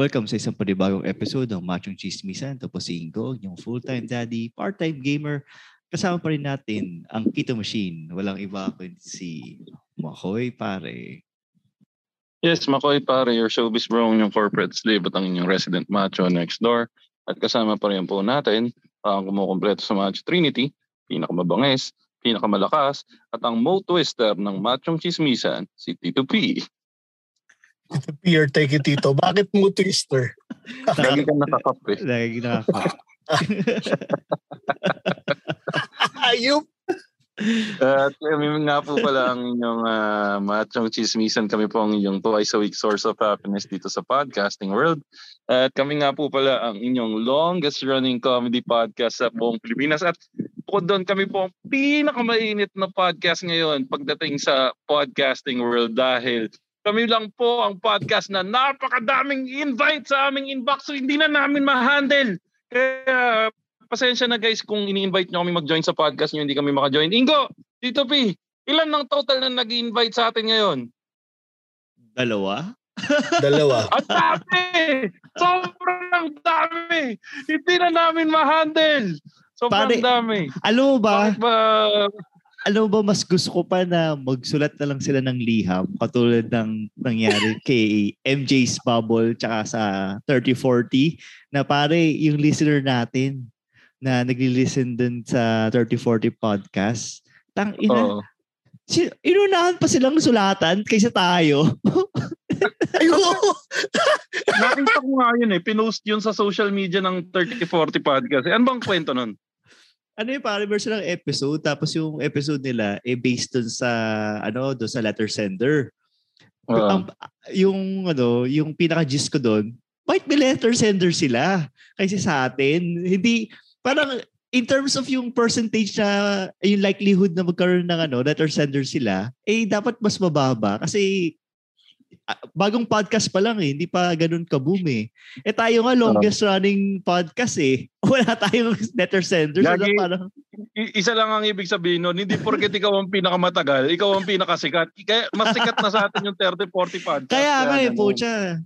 Welcome sa isang panibagong episode ng Machong Chismisan. Tapos si Ingo, yung full-time daddy, part-time gamer. Kasama pa rin natin ang Kita Machine. Walang iba kundi si Makoy Pare. Yes, Makoy pare, your showbiz bro, yung corporate slave at ang inyong resident macho next door. At kasama pa rin po natin ang kumukompleto sa Macho Trinity, pinakamabangis, pinakamalakas, at ang mo twister ng machong chismisan, si Tito P. Peer, take it, Tito. Bakit mo twister? Lagi kang nakakap eh. Lagi nakaka- Ayup! At kami nga po pala ang inyong ah, machong chismisan. Kami po ang inyong twice a week source of happiness dito sa podcasting world. At kami nga po pala ang inyong longest running comedy podcast sa buong Pilipinas. At bukod doon, kami po ang pinakamainit na podcast ngayon pagdating sa podcasting world dahil kami lang po ang podcast na napakadaming invite sa aming inbox so hindi na namin ma-handle. Kaya pasensya na guys kung ini-invite nyo kami mag-join sa podcast nyo, hindi kami maka-join. Ingo, Tito P, ilan ng total na nag invite sa atin ngayon? Dalawa? Dalawa. Ang dami! Sobrang dami! Hindi na namin ma-handle! Sobrang Pare, dami! Alam mo ba, Bakit ba? alam mo ba mas gusto ko pa na magsulat na lang sila ng liham katulad ng nangyari kay MJ's Bubble tsaka sa 3040 na pare yung listener natin na nagli-listen dun sa 3040 podcast. Tang ina, Oo. si, inunahan pa silang sulatan kaysa tayo. Ayup! Nakita ko nga yun eh. Pinost yun sa social media ng 3040 podcast. Eh, ano bang kwento nun? ano yung pare, meron silang episode tapos yung episode nila eh based dun sa ano, dun sa letter sender. Oo. Um, ang, yung ano, yung pinaka gist ko doon, might be letter sender sila kaysa sa atin. Hindi parang in terms of yung percentage na yung likelihood na magkaroon ng ano, letter sender sila, eh dapat mas mababa kasi ah, bagong podcast pa lang eh, hindi pa ganun kaboom eh. Eh tayo nga longest running podcast eh. Wala tayong letter sender. So Lagi- parang, I- isa lang ang ibig sabihin nun, hindi porket ikaw ang pinakamatagal, ikaw ang pinakasikat. Kaya mas sikat na sa atin yung 3040 podcast. kaya nga eh, ganun. pocha.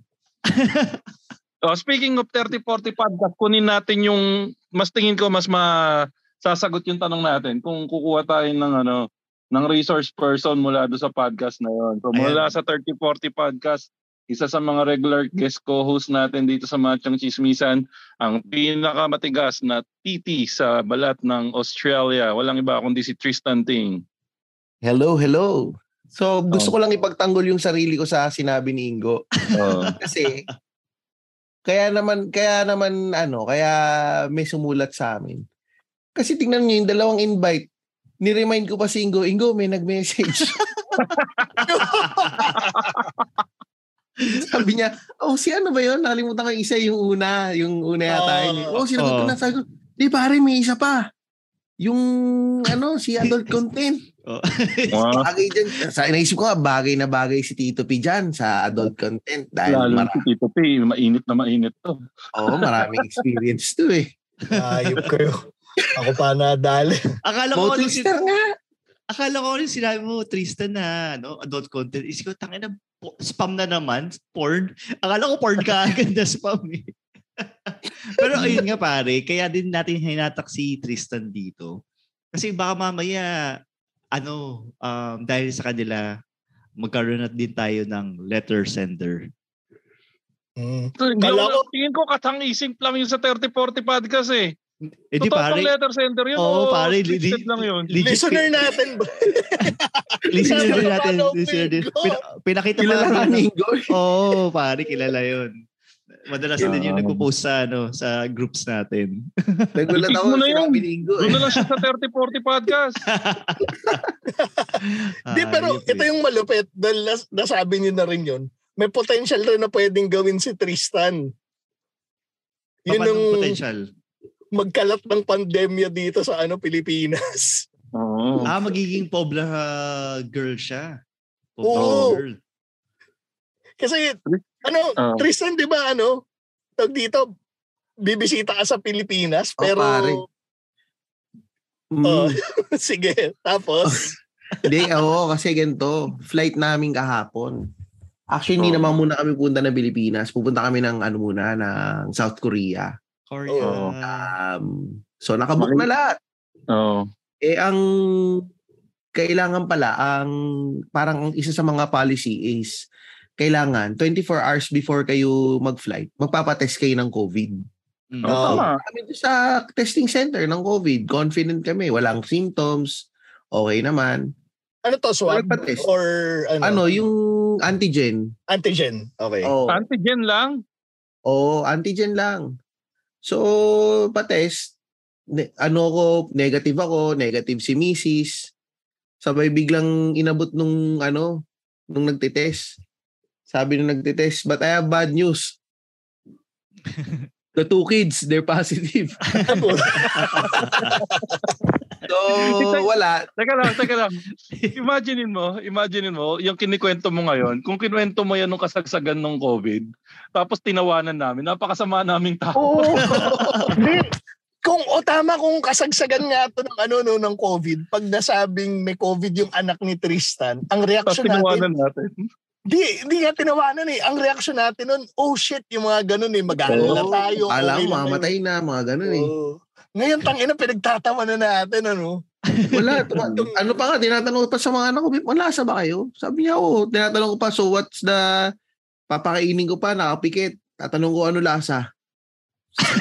Oh, speaking of 30-40 podcast, kunin natin yung mas tingin ko mas masasagot yung tanong natin kung kukuha tayo ng ano ng resource person mula do sa podcast na yon. So mula sa 30-40 podcast, isa sa mga regular guest co-host natin dito sa Machong Chismisan, ang pinakamatigas na titi sa balat ng Australia. Walang iba kundi si Tristan Ting. Hello, hello. So, gusto Oh. ko lang ipagtanggol yung sarili ko sa sinabi ni Ingo. Oh. Kasi, kaya naman, kaya naman, ano, kaya may sumulat sa amin. Kasi tingnan niyo yung dalawang invite. Niremind ko pa si Ingo, Ingo, may nag-message. Sabi niya, oh, si ano ba yun? Nakalimutan ko yung isa, yung una, yung una yata. Oh. yun. Oh, sinagot ko Oh. na. Sabi ko, di pare, may isa pa. Yung, ano, si adult content. Oh. Wow. Bagay dyan. Sa, naisip ko nga, bagay na bagay si Tito P dyan sa adult content. Dahil Lalo mara- si Tito P, mainit na mainit to. oo, maraming experience to eh. Ayup kayo. Ako pa nadali. Akala ko Mo ulit si- twister nga. akala ko rin sinabi mo, Tristan, na ano, adult content. Isip ko, tangin na, po- spam na naman, porn. Akala ko porn ka agad na spam eh. Pero ayun nga pare, kaya din natin hinatak si Tristan dito. Kasi baka mamaya, ano, um, dahil sa kanila, magkaroon na din tayo ng letter sender. Mm. So, hindi Kala ko, tingin ko katangising lang yun sa 30-40 podcast eh. Eh di Totoo pang pare, letter sender yun. Oo, pare, li- Listed li- lang yun. legit, Listener natin ba? listener din Listener natin. natin, Listener din. Ingo. Pina- pinakita pa Kilala ka eh. natin ng- ni Ingo. Oo, oh, pare, kilala yun. Madalas din yung Ah. nagpo-post sa, ano, sa groups natin. Nagulat Repeat ako mo na yun. sinabi ni Ingo. Doon na lang siya sa 30-40 podcast. eh. Di, pero ito yung malupit dahil nas- nasabi niyo na rin yun. may potential rin na pwedeng gawin si Tristan. Yun Paano ang ang potential? magkalat ng pandemya dito sa ano Pilipinas. Oo. Ah, magiging Pobla ah, girl siya. Pobla Oo. girl. Kasi ano, Ah. Tristan 'di ba ano? Tag dito bibisita ka sa Pilipinas Oh, pero pare. Oh, Mm. sige, tapos Hindi, oo, kasi ganito. Flight namin kahapon. Actually, hindi Oo. naman muna kami punta ng Pilipinas. Pupunta kami ng ano muna, ng South Korea. Korea. Oo. Um, so, nakabook na lahat. Oo. Eh, ang kailangan pala, ang parang ang isa sa mga policy is kailangan 24 hours before kayo mag-flight, magpapatest kayo ng COVID. Mm. Oo. Oo. Tama. Kami doon sa testing center ng COVID, confident kami, walang symptoms, okay naman. ano to swab Nagpa-test. or ano, Ano, yung Oh. antigen, antigen. Okay. Oo, Antigen lang? oh, antigen lang. So, patest, ne- ano ko, negative ako, negative si misis. Sabay biglang inabot nung ano, nung nagtitest. Sabi nung nagtitest, but I have bad news. The two kids, they're positive. So, wala. Teka lang, teka lang. Imaginein mo, imaginein mo, yung kinikwento mo ngayon, kung kinuwento mo yan nung kasagsagan ng COVID, tapos tinawanan namin, napakasama naming tao. Oo. Hindi. kung o tama kung kasagsagan nga to ng ano no ng COVID, pag nasabing may COVID yung anak ni Tristan, ang Tapos reaction natin, tinawanan natin. di, di nga tinawanan eh. Ang reaction natin nun, oh shit, yung mga ganun eh, mag-aalala Oo, tayo. Alam okay lang mo, Oh. Oh. mamatay na, mga ganun eh. Oo. Ngayon, tangina, pinagtatawa na natin, ano? Wala. tuma- ano pa nga, tinatanong ko pa sa mga anak ko, "Bip, malasa ba kayo? Sabi niya, oo. Tinatanong ko pa, so what's the, papakainin ko pa, nakapikit. Tatanong ko, ano lasa?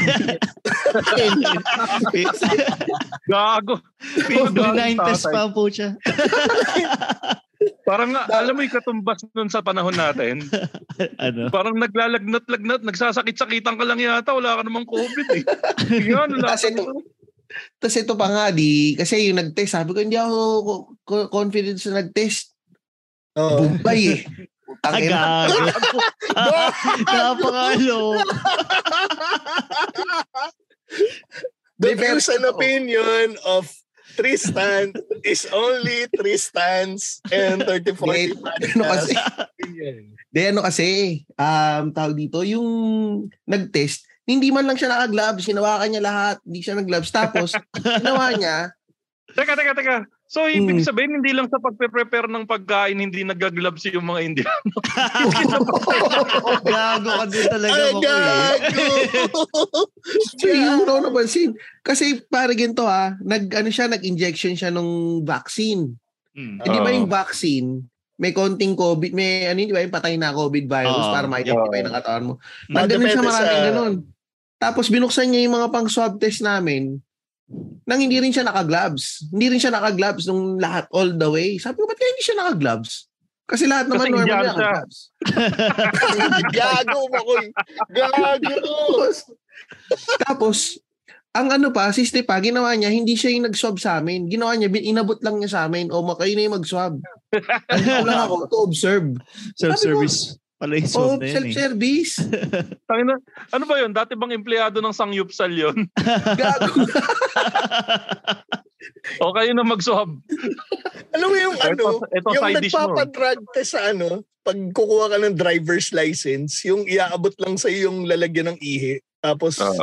Gago. Pinag-9 test pa po siya. Parang nga, alam mo yung katumbas nun sa panahon natin. ano? Parang naglalagnat-lagnat, nagsasakit-sakitan ka lang yata, wala ka namang COVID eh. Yan, wala Kasi ito, Tapos ito pa nga, di, kasi yung nag-test, sabi ko, hindi ako co- co- confident sa nag-test. Bumbay eh. Ah, Ang ina. Agago. Napakalo. The Di, pero views and ito- opinion of Tristan is only Tristan's and 34 Di, ano kasi, di, ano kasi, um, tawag dito, yung nag-test, hindi man lang siya naka-gloves, hinawakan niya lahat, hindi siya nag-gloves. Tapos, ginawa niya, Teka, teka, teka. So, ibig sabihin, hindi lang sa pagpe-prepare ng pagkain, hindi nagagloves yung mga India. Gago ka din talaga eh. Ay, mo. gago! So, yun ko napansin. Kasi pare ganito ha, nag, ano siya, nag-injection siya nung vaccine. Mm. Hindi Eh, ba Oo. yung vaccine, may konting COVID, may ano yun, di ba yung patay na COVID virus Oo. para ma-identify ng katawan mo. Nagganon Depende siya maraming sa- ganon. Tapos binuksan niya yung mga pang swab test namin nang hindi rin siya naka-gloves. Hindi rin siya naka-gloves nung lahat all the way. Sabi ko, ba't kaya hindi siya naka-gloves? Kasi lahat naman Kasi normal Indiano na siya. gloves. Gago, Makoy. Gago! Tapos, tapos, ang ano pa, siste pa, ginawa niya, hindi siya yung nag-swab sa amin. Ginawa niya, bin- inabot lang niya sa amin, o makayo na yung mag-swab. Ano lang ako, to observe. Self-service pala yung swab Oh, na yun eh. self-service. Tangina, ano ba yun? Dati bang empleyado ng Sangyupsal yun? Gago. O kayo na mag-swab? Alam mo yung ano, Ito- ito yung side dish mo. nagpapadrug test sa ano, pag kukuha ka ng driver's license, yung iaabot lang sa yung lalagyan ng ihi. Tapos Ah,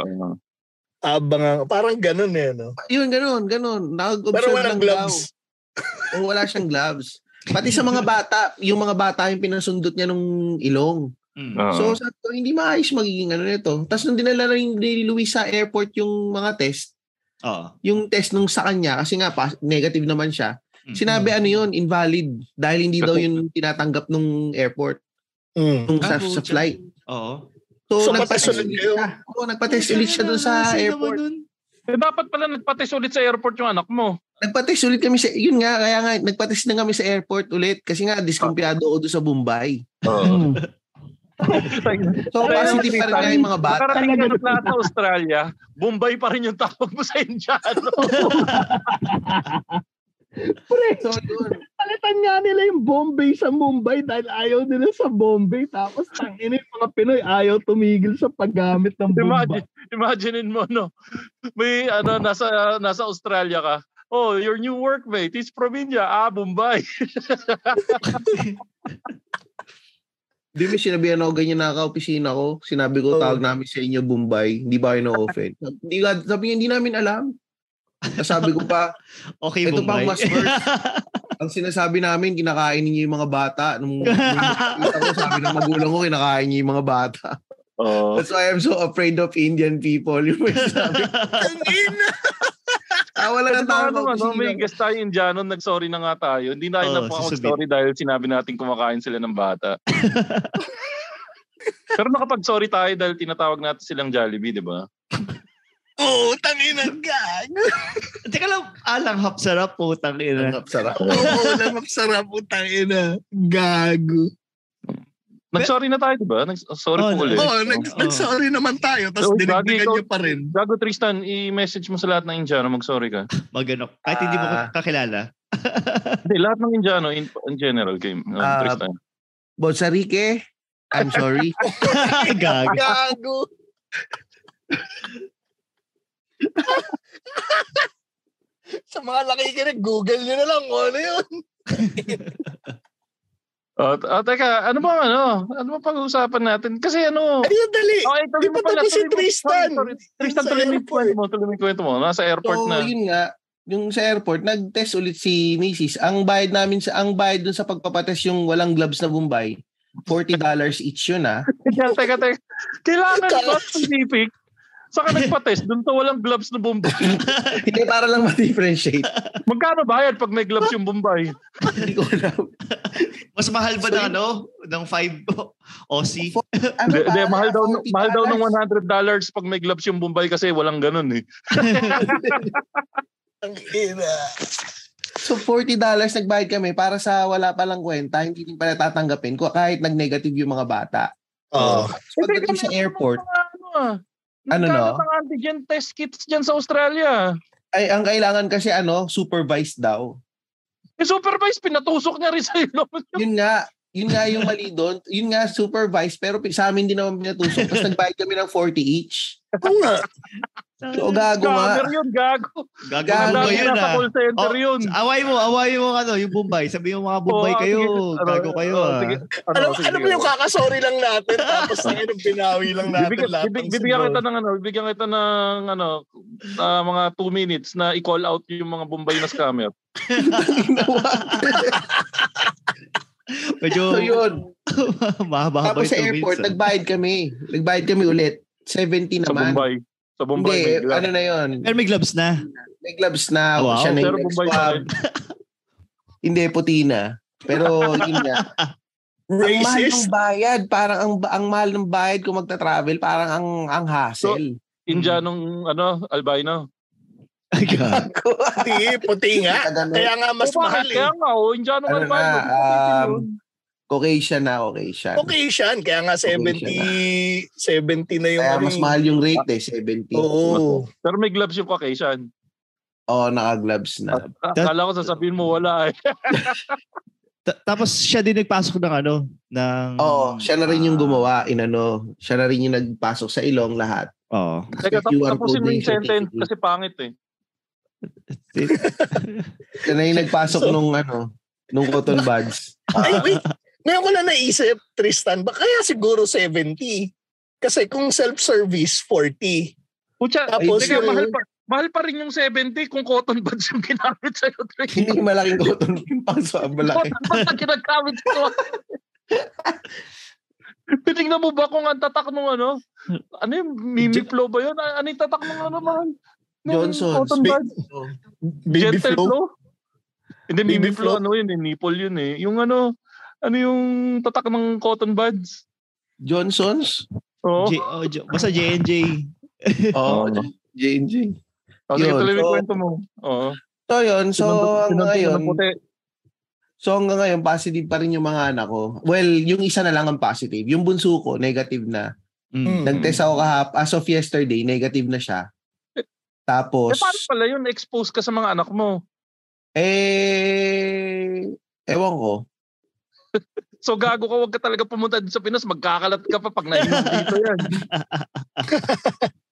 abang parang ganun eh, no? Yun, ganun, ganun. Pero Nag-observe lang walang gloves. gloves. Daw. Oh, wala siyang gloves. Pati sa mga bata, yung mga bata yung pinasundot niya nung ilong. Mm. ah. Ah. So, sabi ko, hindi maayos magiging ano nito. Tapos nung dinala na yung ni Luis sa airport yung mga test, Oo. yung test nung sa kanya kasi nga pa, negative naman siya. Mm. Sinabi ano yun, invalid dahil hindi daw yun tinatanggap nung airport Mm. nung sa, Ah, sa pucha. flight. Oo. So, So, nagpa-test papasunod ulit kayo? siya. Oo, nagpa-test ulit siya doon sa airport. eh, dapat pala nagpatest ulit sa airport yung anak mo. Nagpa-test ulit kami sa yun nga kaya nga nagpa-test na kami sa airport ulit kasi nga diskumpiyado ako doon sa Bombay. Oo. So, positive pa rin nga yung mga bata. Nakarating ka ng lahat sa Australia, Bombay pa rin yung tawag mo sa Indiano. So, yun. pinalitan nga nila yung Bombay sa Mumbai dahil ayaw nila sa Bombay. Tapos tangin yung mga Pinoy ayaw tumigil sa paggamit ng Bombay. Imagine, imaginein mo, no? May, ano, nasa, nasa Australia ka. Oh, your new workmate is from India. Ah, Bombay. Di ba sinabihan ako ganyan nakaka-opisina ko? Sinabi ko Oo. tawag namin sa inyo Bombay. Hindi ba kayo na-offend? Hindi, ka- sabi niya, hindi namin alam. Tapos Sabi ko pa, Okay, Ito Bombay. pa ang mas worse. ang sinasabi namin, kinakain niyo yung mga bata. Nung, nung nakita ko, sabi ng magulang ko, kinakain niyo yung mga bata. Oh. That's why I'm so afraid of Indian people. Yung may sabi. Tangin na. Ah, wala Kasi na tao baka naman, no, may guest tayo Indiano, nag-sorry na nga tayo. Hindi tayo Oo, napaka-sorry dahil sinabi natin kumakain sila ng bata. Pero nakapag-sorry tayo dahil tinatawag natin silang Jollibee, di ba? Oo, oh, tangin na. Gag. Teka lang, alang hap sarap po, tangina. Sarap. Oo, oh, na masarap po tangin na. Gago. Nag-sorry na tayo, di ba? Nag- sorry Oo, po ulit. Oo, Oo. oh, nag, nag-sorry naman tayo. Oo, Tapos dinagdagan bagay ko. niyo pa rin. Gago Tristan, i-message mo sa lahat ng Indiano, mag-sorry ka. Maganok. Kahit hindi mo Ah. kakilala. Hindi, lahat ng Indiano in, in general game. Um, Ah, Tristan. Boss Enrique, I'm sorry. Gag. Gago. sa mga laki ka Google nyo na lang kung ano yun. Oh, t- oh, teka, ano ba ano? Ano ba pag-uusapan natin? Kasi ano, Ayun, dali. okay, tuloy mo Iba pala. pala si tuloy mo. Tristan. Sorry, sorry. Tristan, Sa tuloy mo yung airport. kwento mo. Tuloy mo yung kwento mo. Nasa airport So, na. yun nga, yung sa airport, nag-test ulit si Macy's. Ang bayad namin sa, ang bayad dun sa pagpapatest yung walang gloves na Bombay, $40 each yun ah. Teka, teka, teka. Kailangan Tara. ba specific? Saka nagpa-test, doon to walang gloves na Bombay. Hindi, para lang ma-differentiate. Magkano bayad pag may gloves yung Bombay? Hindi ko alam. Mas mahal ba So, ng ano? Ng 5 Aussie? Ano Hindi, hindi, para? mahal daw, $40. mahal daw ng $100 pag may gloves yung Bombay kasi walang ganun eh. Ang ina. So $40 nagbayad kami para sa wala palang kwenta, hindi din pala tatanggapin ko kahit nag-negative yung mga bata. Oo. So, pagdating sa airport, Ano, ah. Ano Nagkalat no? ng antigen test kits dyan sa Australia. ay ang kailangan kasi ano, supervised daw. Eh, supervised, pinatusok niya rin sa ilong. Yun nga, yun nga yung mali doon. Yun nga supervised pero pi- sa amin din naman pinatusok. Tapos nagbayad kami ng 40 each. Oo nga. So gago Gamer nga. yun, gago. Gago Gagawin Gago mo yun yun sa ah. call center Oh, yun. Away mo, away mo ano, yung Bombay. Sabi mo mga Bombay Oo, ah, kayo. sige. Ano, Gago kayo oh, ah. sige. Ano, Ano, sige, ano ba sige. yung kakasorry lang natin tapos tayo nung binawi lang natin Bibigyan, lahat bibig, ng bibigyan siguro. kita ng ano, bibigyan kita ng ano, ah, mga 2 minutes na i-call out yung mga Bombay na scammer. Medyo So yun. mahaba Tapos sa airport, nagbayad kami. Nagbayad kami ulit. ah. 70 sa naman. Bombay. Sa Bombay. Hindi, may glass. ano na yun. Pero may gloves na. May gloves na. Wow. Siya na Pero yung Bombay pa nag-swab. rin. Hindi, puti na. Pero yun nga. ang mahal ng Racist. bayad. Parang ang, ang mahal ng bayad kung magta-travel. Parang ang, ang hassle. Indianong ano, albino. Gago. Puti, puti nga. Sa ganun, Kaya nga mas O, bakit? mahal eh. Kaya nga, oh, Indianong Ano albino. na, Bakit yun? um, Caucasian na, Caucasian. Caucasian. Kaya nga 70, 70 na yung Kaya ano mas eh. mahal yung rate eh, 70. Oo, Oo. Pero may gloves yung Caucasian. Ah, oh, naka-gloves na. Mm. Akala ko sasabihin mo wala eh. Ta- Tapos siya din nagpasok ng ano, ng... Oo, siya na rin yung Ah, gumawa. Inano, siya na rin yung nagpasok sa ilong lahat. Oo. Teka, If you are tapusin mo holding yung sentence certificate. kasi pangit eh. Siya na yung nagpasok So- nung ano, nung cotton buds. Ay, wait. Ngayon ko lang naisip, Tristan, ba kaya siguro 70? Kasi kung self-service, 40. Pucha, Tapos teka, yung- mahal pa, mahal pa rin yung 70 kung cotton buds yung ginamit sa'yo. Dre. Hindi yung malaking cotton yung paso. Malaki. Cotton buds ang ginagamit sa'yo. Tinignan mo ba kung ang tatak nung ano? Ano yung mimi flow ba yun? Ano yung tatak nung ano mahal? Nung Johnson's. Cotton buds? Baby Gentle flow. flow? Hindi, mimi Baby flow flow. ano yun eh. Nipple yun eh. Yung ano, ano yung tatak ng cotton buds? Johnson's? Oo. J- oh, J- basta J&J. Oo, Oo. J&J. Oh, sige, Yun, tuloy mo yung so- kwento mo. Oo. So yun, so Sinuntok- hanggang sinuntok ngayon, ng puti. Eh, so hanggang ngayon, positive pa rin yung mga anak ko. Well, yung isa na lang ang positive. Yung bunso ko, negative na. Mm. Nag-test ako kahap, as of yesterday, negative na siya. Eh, Tapos, paano pala yun? Expose ka sa mga anak mo. eh, Ewan ko. So gago ka, wag ka talaga pumunta din sa Pinas, magkakalat ka pa pag nainom dito yan.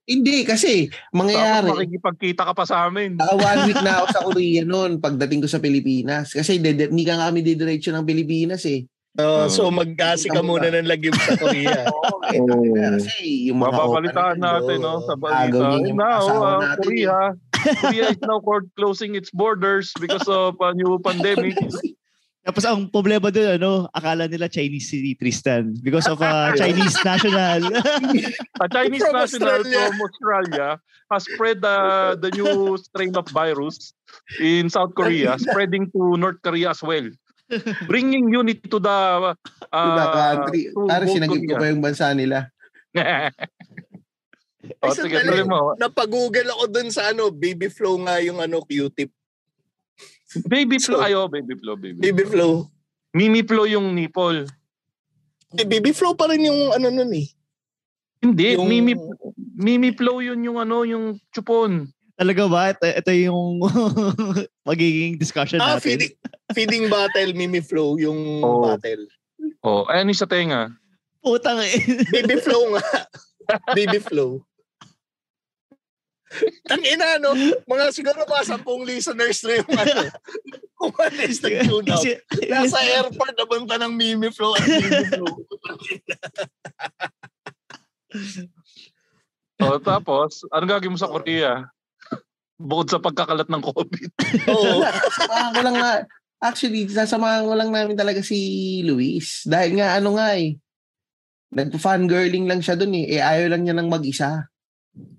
Hindi, kasi Tapos mangyayari. makikipagkita ka pa sa amin. Naka one week na ako sa Korea noon pagdating ko sa Pilipinas. Kasi dede- hindi ka kami didiretso ng Pilipinas eh. Oh, Oo. so mag-asi ka muna ng lagim sa Korea. Oo, eh, kasi yung mga Mababalitaan opa na oh. natin, yun, no? Sa oo, balita. gagawin yung Now, asawa uh, natin, eh. Korea. Korea is now cord- closing its borders because of a new pandemic. Tapos ang problema doon, ano, akala nila Chinese si Tristan because of a Chinese national. A Chinese From national Australia. from Australia has spread uh, the new strain of virus in South Korea, spreading to North Korea as well. Bringing unity to the... Uh, To the diba, country. to Para both sinagip ko Korea. pa yung bansa nila. o, Ay, Oh, sige, tuloy sandali. mo. Napag-google ako dun sa ano, baby flow nga yung ano, Q-tip. Baby flow. So- Ayo, baby flow, baby. Baby flow. Mimi flow yung nipple. Hindi, baby flow pa rin yung ano nun eh. Hindi, Yung- mimi, mimi flow yun yung ano, yung chupon. Talaga ba? Ito, ito yung magiging discussion Ah, natin. feeding, feeding battle, mimi flow yung Oo. battle. Oh, ayan yung sa tenga. Putang eh. Baby flow nga. baby flow. Ang ina, no? Mga siguro mga sampung listeners na yung ano. Umalis na tune out. Kasi- Nasa airport, nabunta ng mimi flow at baby flow. O, tapos, ano gagawin mo sa Korea? Bukod sa pagkakalat ng COVID. Oo. Sasamahan ko lang nga. Ah, Actually, sasamahan ko lang namin talaga si Luis. Dahil nga, ano nga eh. Nag-fangirling lang siya dun eh. Eh, ayaw lang niya ng mag-isa.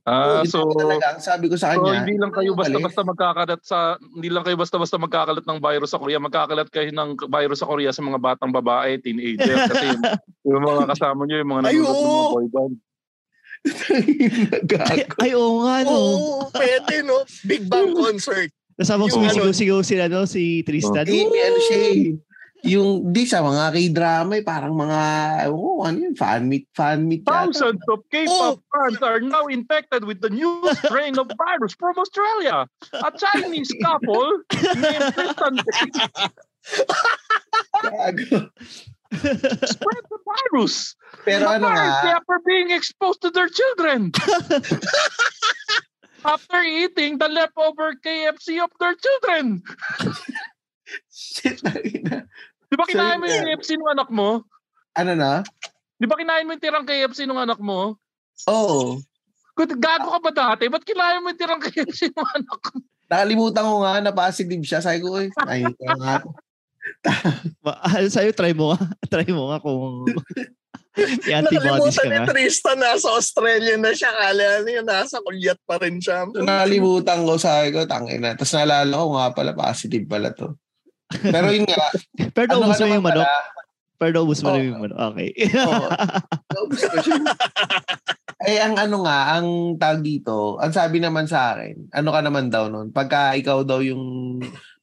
Ah, Yun so, lang talaga, ang sabi ko sa so kanya. hindi lang kayo ano, mali. basta-basta magkakalat sa hindi lang kayo basta-basta magkakalat ng virus sa Korea, magkakalat kayo ng virus sa Korea sa mga batang babae, teenager kasi yung, yung mga kasama niyo, yung mga Ay, nanonood ng mga oo. boy band. Ay, Gago. ay, oo nga, no. Oo, pwede, no? Big Bang concert. Nasama Yung ano- Oh. sumisigaw sila, no, si Tristan. Hindi, may ano siya eh. Yung, di sa mga k-drama eh, parang mga, oh, ano yun, fan meet, fan meet. yata. Thousands of K-pop Oh. fans are now infected with the new strain of virus from Australia. A Chinese couple named Tristan Gago. spread the virus. Pero ano ah? Apparently, nga, after being exposed to their children. after eating the leftover KFC of their children. shit, tangina. Di ba So, kinain mo yung yeah. KFC ng anak mo? ano na? Di ba kinain mo yung tirang KFC ng anak mo? Oo. Kung gago ka ba dati? Ba't kinain mo yung tirang KFC ng anak mo? Nakalimutan ko nga na positive siya. Sabi ko, "Uy, ay, ikaw nga. Ma- ah, Sa'yo, try mo nga. try mo nga kung may antibodies ka Nakalimutan ni nga. Tristan, nasa Australia na siya. Kala niya, ano nasa kulyat pa rin siya. So, nakalimutan ko, sabi ko, tangin na. Tapos naalala ko nga pala, positive pala to. Pero yun nga, Pero ano naubos mo ka naman yung manok. pala, Pero naubos mo na Oh. Oo. yung manok. Okay. Oo. naubos ko siya. eh, ang ano nga, ang tawag dito, ang sabi naman sa akin, ano ka naman daw nun, pagka ikaw daw yung,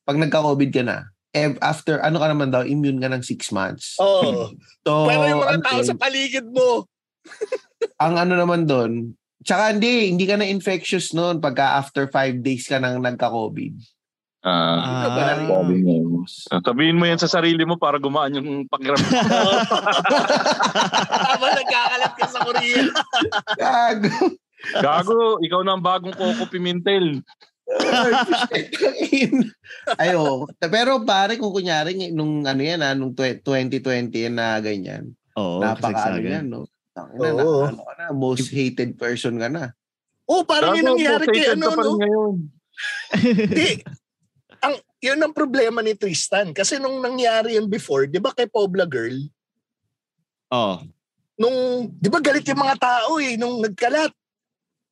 pag nagka-COVID ka na, eh, after, ano ka naman daw, immune ka ng six months. Oh, Oo. So, Pero yung mga ano tao yun? sa paligid mo, ang ano naman doon, tsaka hindi, hindi ka na infectious noon pagka after five days ka nang nagka-COVID. Ano Ah. Ah, Sabihin mo yan sa sarili mo para gumaan yung pakiramdam. habang nagkakalat ka sa Korea. Gago. Gago, ikaw na ang bagong Coco Pimentel. Ayo. Pero pare, kung kunyari, ng- nung ano yan, ah, nung twe- 2020 yan na ganyan, Oo, napaka ano kasagsagan. yan, no? Tang ina, na, Oo. ano ka na, most hated person ka na. Oo, parang yun ang nangyari kay potated ano, ka pa no? rin ngayon. Di, ang, yun ang problema ni Tristan. Kasi nung nangyari yun before, di ba kay Pobla Girl, Oo. nung, di ba galit yung mga tao eh, nung nagkalat.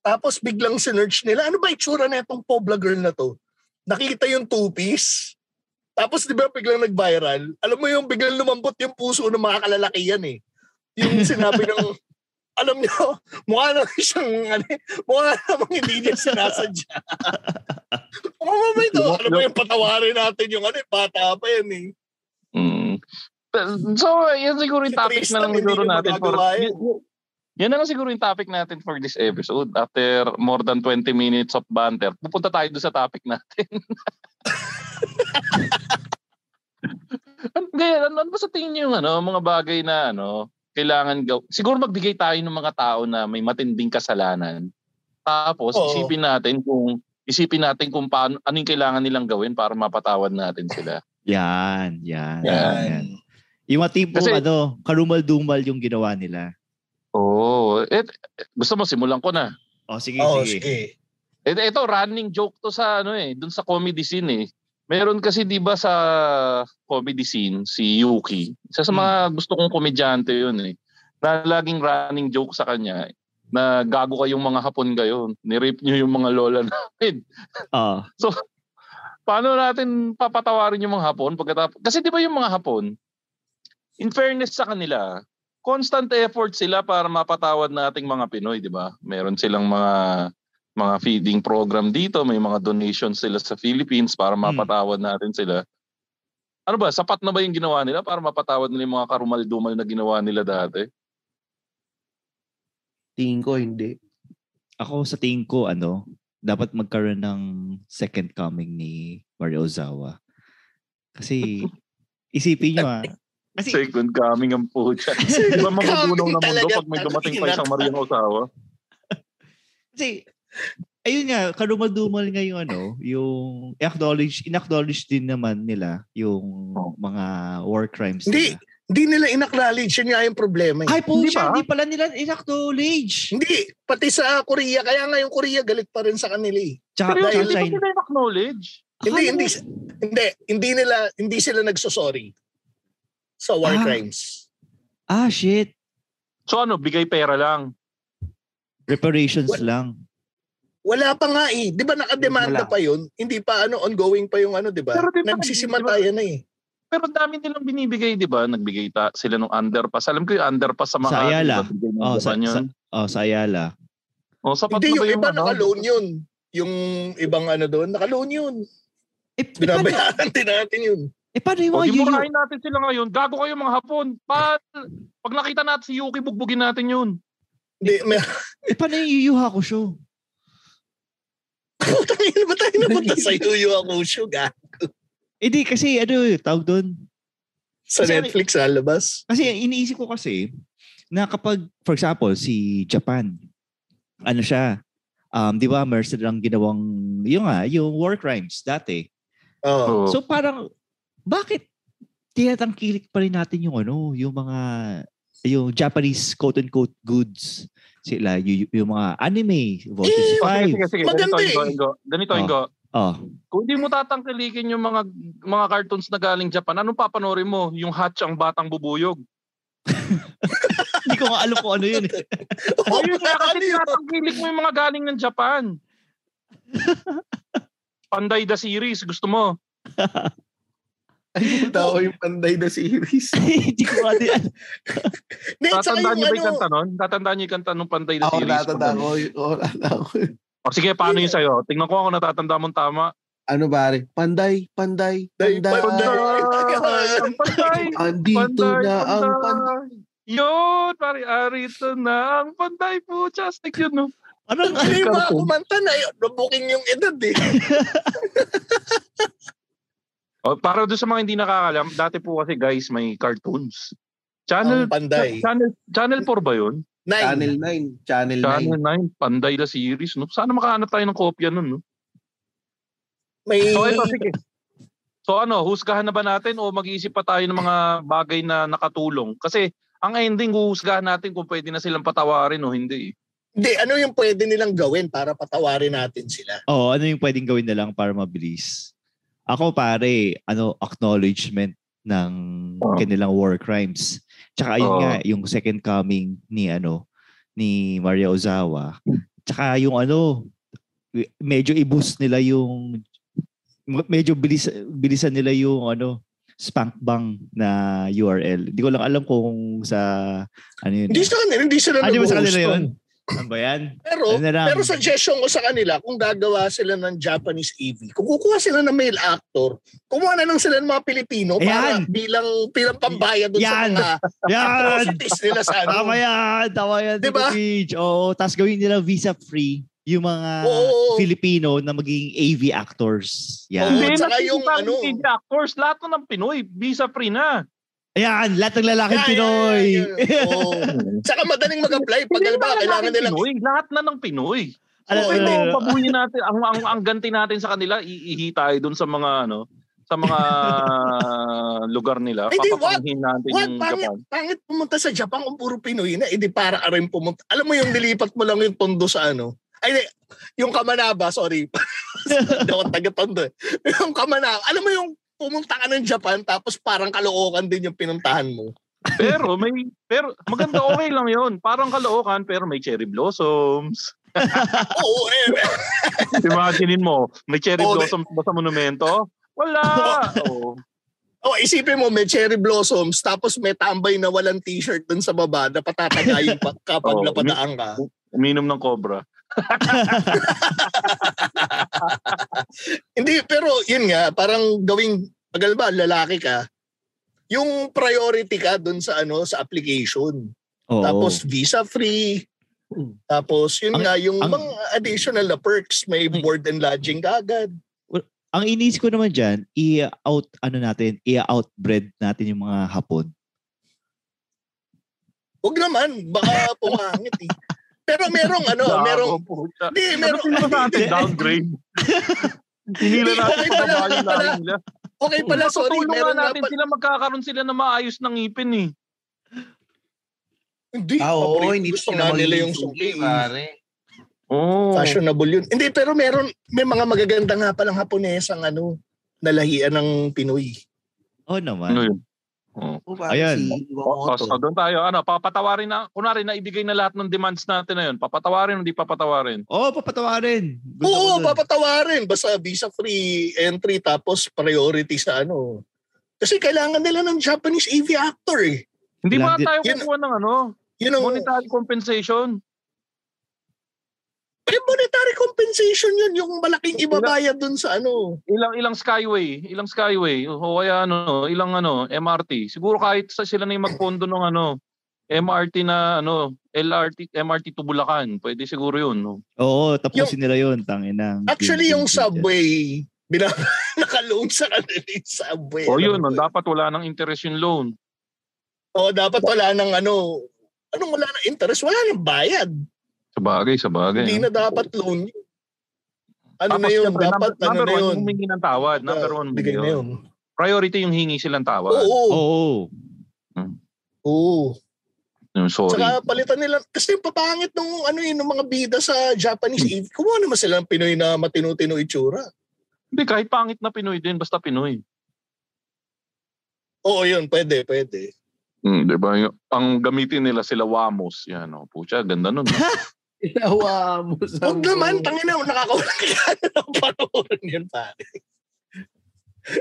Tapos biglang sinerge nila, ano ba itsura na itong Pobla girl na to? Nakita yung two-piece. Tapos di ba biglang nag-viral? Alam mo yung biglang lumambot yung puso ng mga kalalaki yan eh. Yung sinabi ng, alam nyo, mukha na siyang, ano, eh, mukha namang hindi niya sinasadya. Oo, may to. Ano ba yung patawarin natin yung ano, eh, bata pa yan eh. Mm. So, yan siguro yung Si topic na Tristan, lang hindi siguro niya natin for... magagawa Yan, yun. yan na lang siguro yung topic natin for this episode. After more than 20 minutes of banter, pupunta tayo doon sa topic natin. An- Ngayon, ano, ano ba sa tingin niyo yung ano, mga bagay na ano, kailangan gaw Siguro magbigay tayo ng mga tao na may matinding kasalanan. Tapos Oo. isipin natin kung isipin natin kung paano ano yung kailangan nilang gawin para mapatawad natin sila. Yan, yan. Yan. yan. Yung mga tipong Kasi- ano, karumal-dumal yung ginawa nila. Oo. Oh, et, gusto mo simulan ko na. O Oh, sige, Oo, Oh, sige. sige. Et, ito running joke to sa ano eh, dun sa comedy scene eh. Meron kasi 'di ba sa comedy scene si Yuki. Isa sa mga gusto kong komedyante 'yun eh. Na laging running joke sa kanya eh, na gago kayong mga Hapon kayo. Nirip niyo yung mga lola namin. Oo. Paano natin papatawarin yung mga Hapon pagkatapos? Kasi 'di ba yung mga Hapon, in fairness sa kanila, constant effort sila para mapatawad nating mga Pinoy, 'di ba? Meron silang mga mga feeding program dito, may mga donations sila sa Philippines para mapatawad natin sila. Ano ba, sapat na ba yung ginawa nila para mapatawad nila yung mga karumal-dumal na ginawa nila dati? Tingin ko hindi. Ako sa tingin ko, ano, dapat magkaroon ng second coming ni Mario Ozawa. Kasi, isipin nyo ah. Kasi, Second coming ang pucha. Di ba magugulong na mundo talaga, pag may dumating pa isang tangina. Mariang Osawa? kasi ayun nga, karumal-dumal nga yung ano, yung acknowledge, in-acknowledge din naman nila yung Oh. mga war crimes Hindi. nila. Hindi nila in-acknowledge yun nga yung problema. eh. Ay, po Hindi siya, ba? hindi pala nila in-acknowledge. Hindi, pati sa Korea. Kaya nga yung Korea galit pa rin sa kanila eh. Tsaka, Seryoso, tsaka hindi ba China. sila acknowledge? Hindi, Akala hindi, mo- hindi, hindi nila, hindi sila nagsosorry sa war Ah. crimes. Ah, shit. So ano, bigay pera lang. Reparations What? lang. Wala pa nga eh. Di ba nakademanda Wala. pa yun? Hindi pa ano, ongoing pa yung ano, di ba? Pero di ba- Nagsisimatayan na eh. Pero ang dami nilang binibigay, di ba? Nagbigay ta, sila ng underpass. Alam ko yung underpass sa mga... Sa Ayala. Oh, Oh, sa, sa, oh, sa Ayala. oh, sapat na ba Hindi, yung yung iba ano? naka-loan yun. Yung ibang ano doon, naka-loan yun. Eh, eh, paano, Binabayaran din natin yun. eh, paano yung O, mga Oh, di yuyu? murahin natin sila ngayon. Gago kayo mga hapon. Pa, pag nakita natin si Yuki, bugbugin natin yun. Hindi, may... Eh, paano yung yuyu hako show? Tangina ba tayo napunta sa Yuyu Akusho, ga? Eh, di, kasi ano, eh, tawag doon. Sa Kasi- Netflix, sa labas. Kasi iniisip ko kasi na kapag, for example, si Japan, ano siya, um, di ba, mercer ang ginawang, yung nga, yung war crimes dati. Oo. So, Oh. So parang, bakit tinatangkilik pa rin natin yung ano, yung mga, yung Japanese quote-unquote goods sila, y- yung mga anime, Voltes oh, sige, Eh, 5. sige, sige. Ganito Maganda eh. yung go. Ganito yung go. Oh, Kung di mo tatangkilikin yung mga mga cartoons na galing Japan, anong papanoorin mo? Yung Hatch ang batang bubuyog. hindi ko nga alam kung ano yun. eh. Oo, Ayun, kaya kasi ano yun? tinatangkilik mo yung mga galing ng Japan. Panday the series, gusto mo. Ay, tao yung panday na series. Hindi ko nga din alam. Hindi, tsaka Tatandaan yung niyo ba yung ano, kanta nun? Tatandaan niyo yung kanta nung Panday the Ako series? natatanda ko. Oo, natatanda ko. O sige, paano yun sa'yo? Tingnan ko kung natatanda mong tama. Ano pare? Panday, panday, Day, panday. panday. Ang panday! Andito na ang panday. Yun, pare, arito na ang panday po. Chastic yun, no? Parang, ano yung mga kumanta na yun? Nabuking yung edad eh. O, para doon sa mga hindi nakakalam, dati po kasi guys, may cartoons. Channel, Ano- Ang panday. channel, channel 4 ba yun? Nine. Channel 9, Channel Channel 9, Panday na series, no? Sana makahanap tayo ng kopya nun, no? May... So, ito, sige. So, ano, husgahan na ba natin o mag-iisip pa tayo ng mga bagay na nakatulong? Kasi, ang ending, huhusgahan natin kung pwede na silang patawarin o hindi. eh. Hindi, ano yung pwede nilang gawin para patawarin natin sila? oh, ano yung pwedeng gawin na lang para mabilis? Ako pare, ano, acknowledgement ng Oo. kanilang war crimes. Tsaka yun Oo. nga, yung second coming ni ano, ni Maria Ozawa. Tsaka yung ano, medyo i-boost nila yung medyo bilis, bilisan nila yung ano, spank bang na URL. Hindi ko lang alam kung sa ano yun. Hindi sa kanila, hindi sila Ano ba sa nag-host kanila yun? nun. Ano ba yan? Pero, Ano na lang? pero suggestion ko sa kanila, kung gagawa sila ng Japanese AV, kung kukuha sila ng male actor, kumuha na lang sila ng mga Pilipino Ayan. para bilang, bilang pambayad dun sa Yan. mga Yan! atrocities nila sa ano. Tama yan, tama yan. Diba? Tito Peach. Oo, tapos gawin nila visa free yung mga Oo. Filipino na magiging AV actors. Yan. Oo. Hindi, tsaka nakikita yung yung ano- TV actors, lahat ko ng Pinoy, visa free na. Ayan, lahat ng lalaking Pinoy. Oo. Tsaka madaling mag-apply. Pag Hindi alam ba kailangan lalaking nilang... Pinoy? Lahat na ng Pinoy. Ano, Oo, Ano, ano, ano, ano, pabuyin natin, ang, ang, ang ganti natin sa kanila, iihi tayo dun sa mga, ano, sa mga lugar nila. Ay, di, what? Papapanghin natin What? yung Pangit, Japan. pangit pumunta sa Japan kung puro Pinoy na. Eh di para ka rin pumunta. Alam mo yung nilipat mo lang yung tondo sa ano. Ay, di, yung kamanaba, sorry. Hindi ako taga-tondo eh. Yung kamanaba. Alam mo yung pumunta ka ng Japan tapos parang kalookan din yung pinuntahan mo. Pero may pero maganda okay lang 'yon. Parang kalookan pero may cherry blossoms. Oo, eh. Imaginin mo, may cherry Oh, may- blossoms ba sa monumento? Wala. Oh. O, isipin mo, may cherry blossoms, tapos may tambay na walang t-shirt dun sa baba na patatagayin pa kapag Oo. napadaan ka. Uminom ng cobra. Hindi, pero yun nga, parang gawing, pagal ba, lalaki ka, yung priority ka dun sa ano sa application. Oo. Tapos visa free. Tapos yun Ang- nga, yung ang- mga additional na perks, may Ay. board and lodging ka agad. ang iniisip ko naman dyan, i-out, ano natin, i-outbred natin yung mga Hapon. Huwag naman, baka pumangit eh. Pero merong ano, Gago, merong, puta. hindi, Ano merong, sino ba natin downgrade? Hinila Hindi, natin okay sa pala, bahay okay pala. lang nila. okay pala, sorry, Tutulungan meron nga natin pala. sila magkakaroon sila ng maayos ng ngipin eh. Hindi, Ah, oo, paborito. hindi gusto nga nila yung suki. eh. pare. Oh. Fashionable yun. Hindi, pero meron, may mga magaganda nga palang Haponesang ano, nalahian ng Pinoy. Oo Ano naman. yun? O, parang Ayan. si Oh, Iwamoto. so doon tayo. Ano, papatawarin na, kunwari na ibigay na lahat ng demands natin na yun. Papatawarin o hindi papatawarin? Oo, papatawarin. Gusto ko Oo, dun. papatawarin. Basta visa free entry tapos priority sa ano. Kasi kailangan nila ng Japanese AV actor eh. Hindi ba Landed. tayo Yun- kukuha ng ano? Yun ang, Monetary compensation. eh, monetary compensation yun, yung malaking ibabayad dun sa ano. Ilang ilang skyway, ilang skyway, o kaya ano, ilang ano, MRT. Siguro kahit sa sila na yung magpondo ng ano, MRT na ano, LRT, MRT to Bulacan. Pwede siguro yun. No? Oo, tapusin nila yun. Tangin ng Actually, yung Pilipinas. subway, binab- nakaloan sa kanila yung subway. O Oh, yun, Alam no, ko eh. dapat wala ng interest yung loan. Oo, Oh, dapat wala ng ano. Anong wala ng interest? Wala ng bayad. Sabagay, sabagay. Hindi no? na dapat loan yun. Ano Tapos na yun? syempre, number, dapat ano number na one, yun? humingi ng tawad. Number one, humingi Bigay na yun. yun. Priority yung hingi silang tawad. Oo. Oo. Oo. Oo. Yung Sorry. Tsaka palitan nila. Kasi yung papangit nung ano yun, nung mga bida sa Japanese Hmm. AV. Kumuha naman sila ng Pinoy na matino-tino itsura. Hindi, kahit pangit na Pinoy din, basta Pinoy. Oo yun, pwede, pwede. Mm, di ba? Yung- Ang gamitin nila sila Wamos. Yan, oh. Pucha, ganda nun. no? Inawa mo sa Huwag naman, buong- tangin na, nakakawalan ka na ng panoorin yun, pare.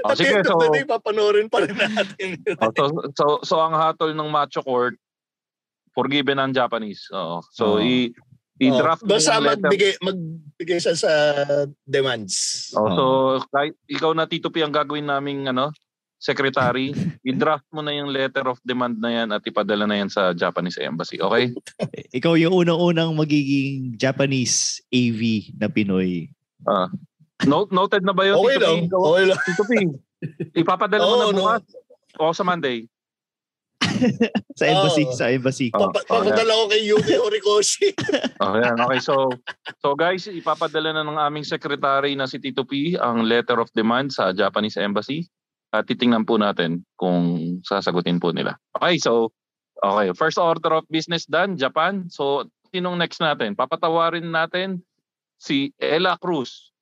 Oh, At sige, the end of so, the day, papanoorin pa rin natin yun. oh, so, so, so ang hatol ng macho court, forgiven ang Japanese. Oo. So, Oh. i, i-draft Oo. Basta mo yung letter. magbigay, magbigay siya sa demands. Oh, so, kahit ikaw na Tito P ang gagawin naming ano, secretary, i-draft mo na yung letter of demand na yan at ipadala na yan sa Japanese embassy. Okay? Ikaw yung unang-unang magiging Japanese AV na Pinoy. Note, Ah. noted na ba yun? Okay Tito P? lang, okay lang. Tito P, ipapadala mo na Oo, no. bukas o sa Monday. Sa embassy, Oo. sa embassy. Oh, Papa- oh, yan. Papadala ko kay Yuki Horikoshi. Oh, yan. Okay, so so guys, ipapadala na ng aming secretary na si Tito P ang letter of demand sa Japanese Embassy. At titingnan po natin kung sasagutin po nila. Okay, so okay, first order of business done, Japan. So sinong next natin? Papatawarin natin si Ella Cruz.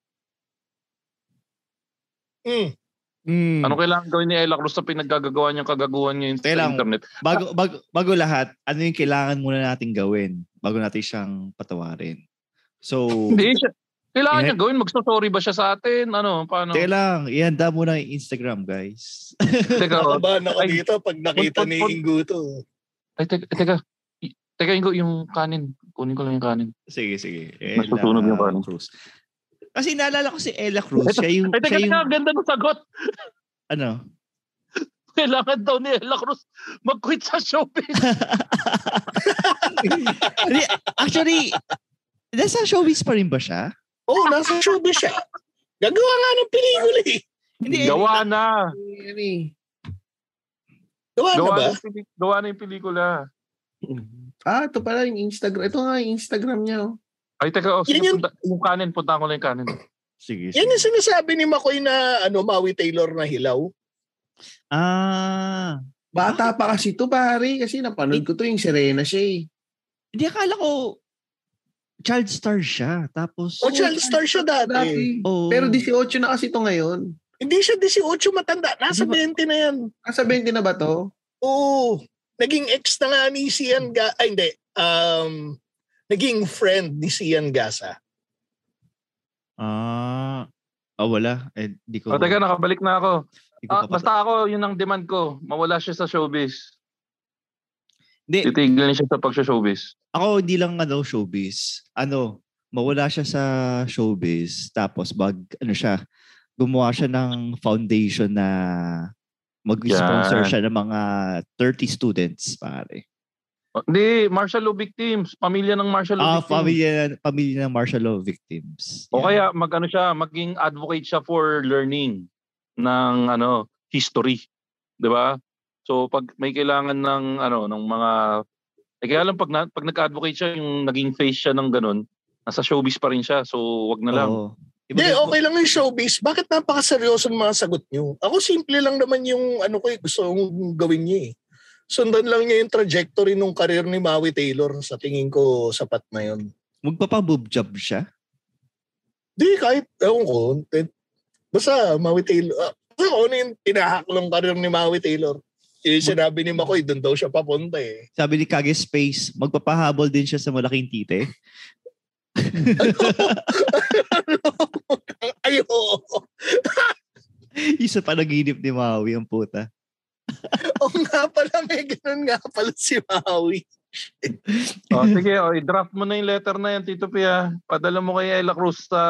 Mm. Oh, Mm. Ano kailangan gawin ni Ella Cruz sa pinaggagawa niyang kagaguhan ngayon sa Kailangan- internet? bago, bago, bago lahat, ano yung kailangan muna natin gawin bago natin siyang patawarin? So, Hindi siya. Kailangan Eh. niya gawin. Magsasorry ba siya sa atin? Ano? Paano? Teka lang, ihanda mo na yung Instagram, guys. Teka, oh. Nakabahan ako Ay. dito pag nakita Pun- ni pun- pun. Ingo to. Ay, teka, teka. Y- Teka, Ingo, yung kanin. Kunin ko lang yung kanin. sige, sige. Eh, Nasusunog yung paano. Cruz. Kasi naalala ko si Ella Cruz. Siya yung, Ay, siya teka, teka, yung ang ganda ng sagot. ano? Kailangan daw ni Ella Cruz mag-quit sa showbiz. Hindi, Actually, Nasa showbiz pa rin ba siya? Oo, oh, nasa showbiz siya. Gagawa nga ng pelikula eh. Hindi. Gawa na. Yan eh. Gawa na Gawa ba? na, yung peli- gawa na yung pelikula. Ah, ito pala yung Instagram. Ito nga yung Instagram niya. Oh. Ay, teka. Oh, sige, Yan yun. punta, yung kanin, punta ko lang yung kanin. Sige. Yan sige. yung sinasabi ni Makoy na ano, Maui Taylor na hilaw. Ah. Bata pa kasi to pare. Kasi napanood ko to yung Serena siya eh. Hindi, akala ko child star siya. Tapos, Oh, O child star siya dati. Dati. Oo. Pero 18 na kasi to ngayon. Hindi siya 18 matanda. Nasa Di 20 na yan. Nasa 20 na ba to? Oo. Naging ex na nga ni Sian Ga... Ay, hindi. Um, naging friend ni Sian Gasa. ah, ah, wala. Eh, di ko, O, Oh, teka, nakabalik na ako. di ko Ah, kapata- basta ako, yun ang demand ko. Mawala siya sa showbiz. Hindi, Titigil na siya sa pag-showbiz. Ako hindi lang ano showbiz. Ano, mawala siya sa showbiz tapos mag ano siya, gumawa siya ng foundation na mag-sponsor Yan. siya ng mga 30 students pare. O, Oh, Hindi, martial law victims. Pamilya ng martial law Ah, victims. pamilya pamilya ng martial law victims. O Yan. kaya magano siya, maging advocate siya for learning ng ano, history, 'di ba? So pag may kailangan ng ano ng mga eh, kaya lang pag, na, pag nag-advocate siya yung naging face siya ng ganun, nasa showbiz pa rin siya. So wag na lang. Oo. Hindi, okay lang yung showbiz. Bakit napakaseryoso ng mga sagot niyo? Ako simple lang naman yung ano ko eh, gusto kong gawin niya eh. Sundan lang niya yung trajectory nung karir ni Maui Taylor. Sa tingin ko, sapat na yun. Magpapaboob job siya. Di, kahit, ewan ko, eh, basta Maui Taylor, ah, basta kung ano yung tinahak ng karir ni Maui Taylor. Eh, sinabi ni Makoy, doon daw siya papunta eh. Sabi ni Kage Space, magpapahabol din siya sa malaking tite. Ay, oo. Isa panaginip ni Maui ang puta. Oo nga pala, may ganun nga pala si Maui. O, sige, o, i-draft mo na yung letter na yan, Tito Pia. Padala mo kay Ella Cruz sa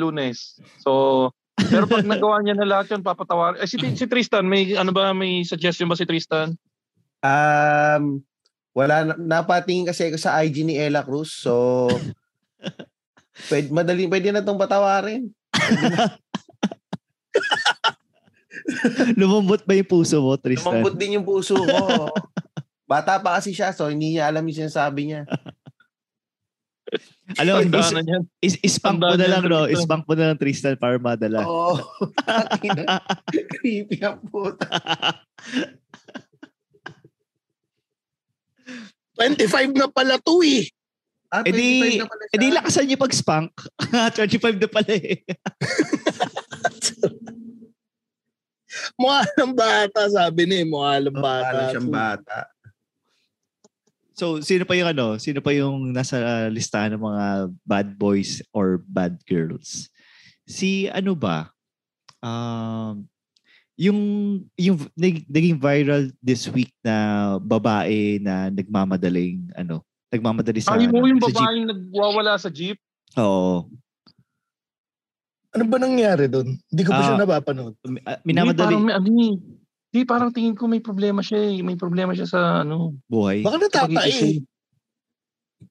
lunes. So, pero pag nagawa niya na lahat yun, papatawar. Eh, si, si Tristan, may ano ba, may suggestion ba si Tristan? Um, wala na, napatingin kasi ako sa IG ni Ella Cruz. So, pwede, madali, pwede na tong patawarin. Lumambot ba yung puso mo, Tristan? Lumambot din yung puso ko. oh. Bata pa kasi siya, so hindi niya alam yung sinasabi niya. Alam mo, is- Tandaan na niyan. Is ispank mo Tandaan na yan, lang, no? Tristan. Ispank mo na lang, Tristan, para madala. Oo. Tangina. Creepy ang puta. 25 na pala to eh. Ah, Eh di- 25 na pala siya. Eh di lakasan niyo pag spank. 25 na pala eh. Mukha ng bata, sabi niya. eh. Mukha ng Oh, Ano bata. siyang bata. So, sino pa yung ano? Sino pa yung nasa uh, listahan ng mga bad boys or bad girls? Si ano ba? Um, yung yung nag- naging viral this week na babae na nagmamadaling ano, nagmamadali sa Ay, mo ano, Ah, yung sa jeep. babaeng nagwawala sa jeep. Oo. Ano ba nangyari doon? Hindi ko pa Ah. siya napapanood. Mi- ah, Di, parang Minamadali may ano eh. Di, parang tingin ko may problema siya eh. May problema siya sa ano. buhay. Baka natata pag-iisip. eh.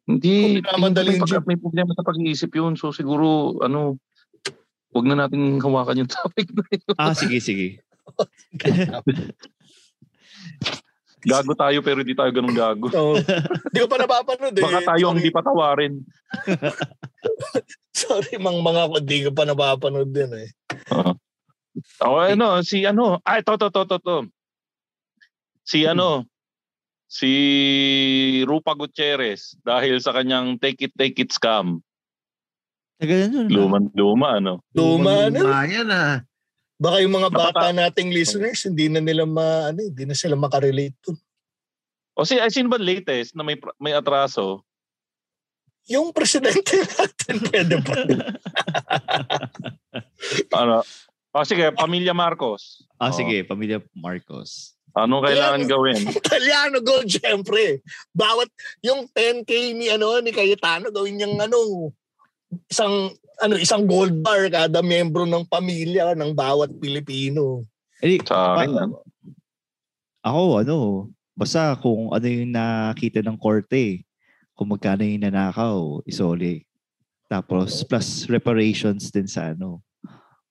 Hindi. Kung Tingin ko minamadali may, yung pag- may problema sa pag-iisip yun. So siguro, ano, wag na natin hawakan yung topic na yun. Ah, sige, sige. Gago tayo pero di tayo ganun gago. So, Hindi ko pa napapanood eh. Baka tayo ang Sorry- di patawarin. Sorry, mang mga ko, hindi ko pa napapanood din eh. O ano, si ano, ay, to, to, to, to, to. Si ano, si Rupa Gutierrez dahil sa kanyang take it, take it scam. Tagal Hmm. na nun, ah. Luman, luma, ano. Luma na. Luma yan ah. Baka yung mga Napaka- bata nating listeners, hindi na nila ma, ano, eh, hindi na sila makarelate to. O si, ay, sino ba latest na may, pr- may atraso? Yung presidente natin, pwede ba? Ano? O sige, Pamilya Marcos. Ah, O, sige, pamilya Marcos. Anong kailangan gawin? Italiano gold, syempre. Bawat, yung 10K ni, ano, ni Cayetano, gawin niyang, ano, isang, ano, isang gold bar kada miyembro ng pamilya ng bawat Pilipino. Eh, di- Sa akin, pa- ano? Ako, ano, basta kung ano yung nakita ng korte, kung magkano yung nanakaw, isole. Tapos, plus reparations din sa ano,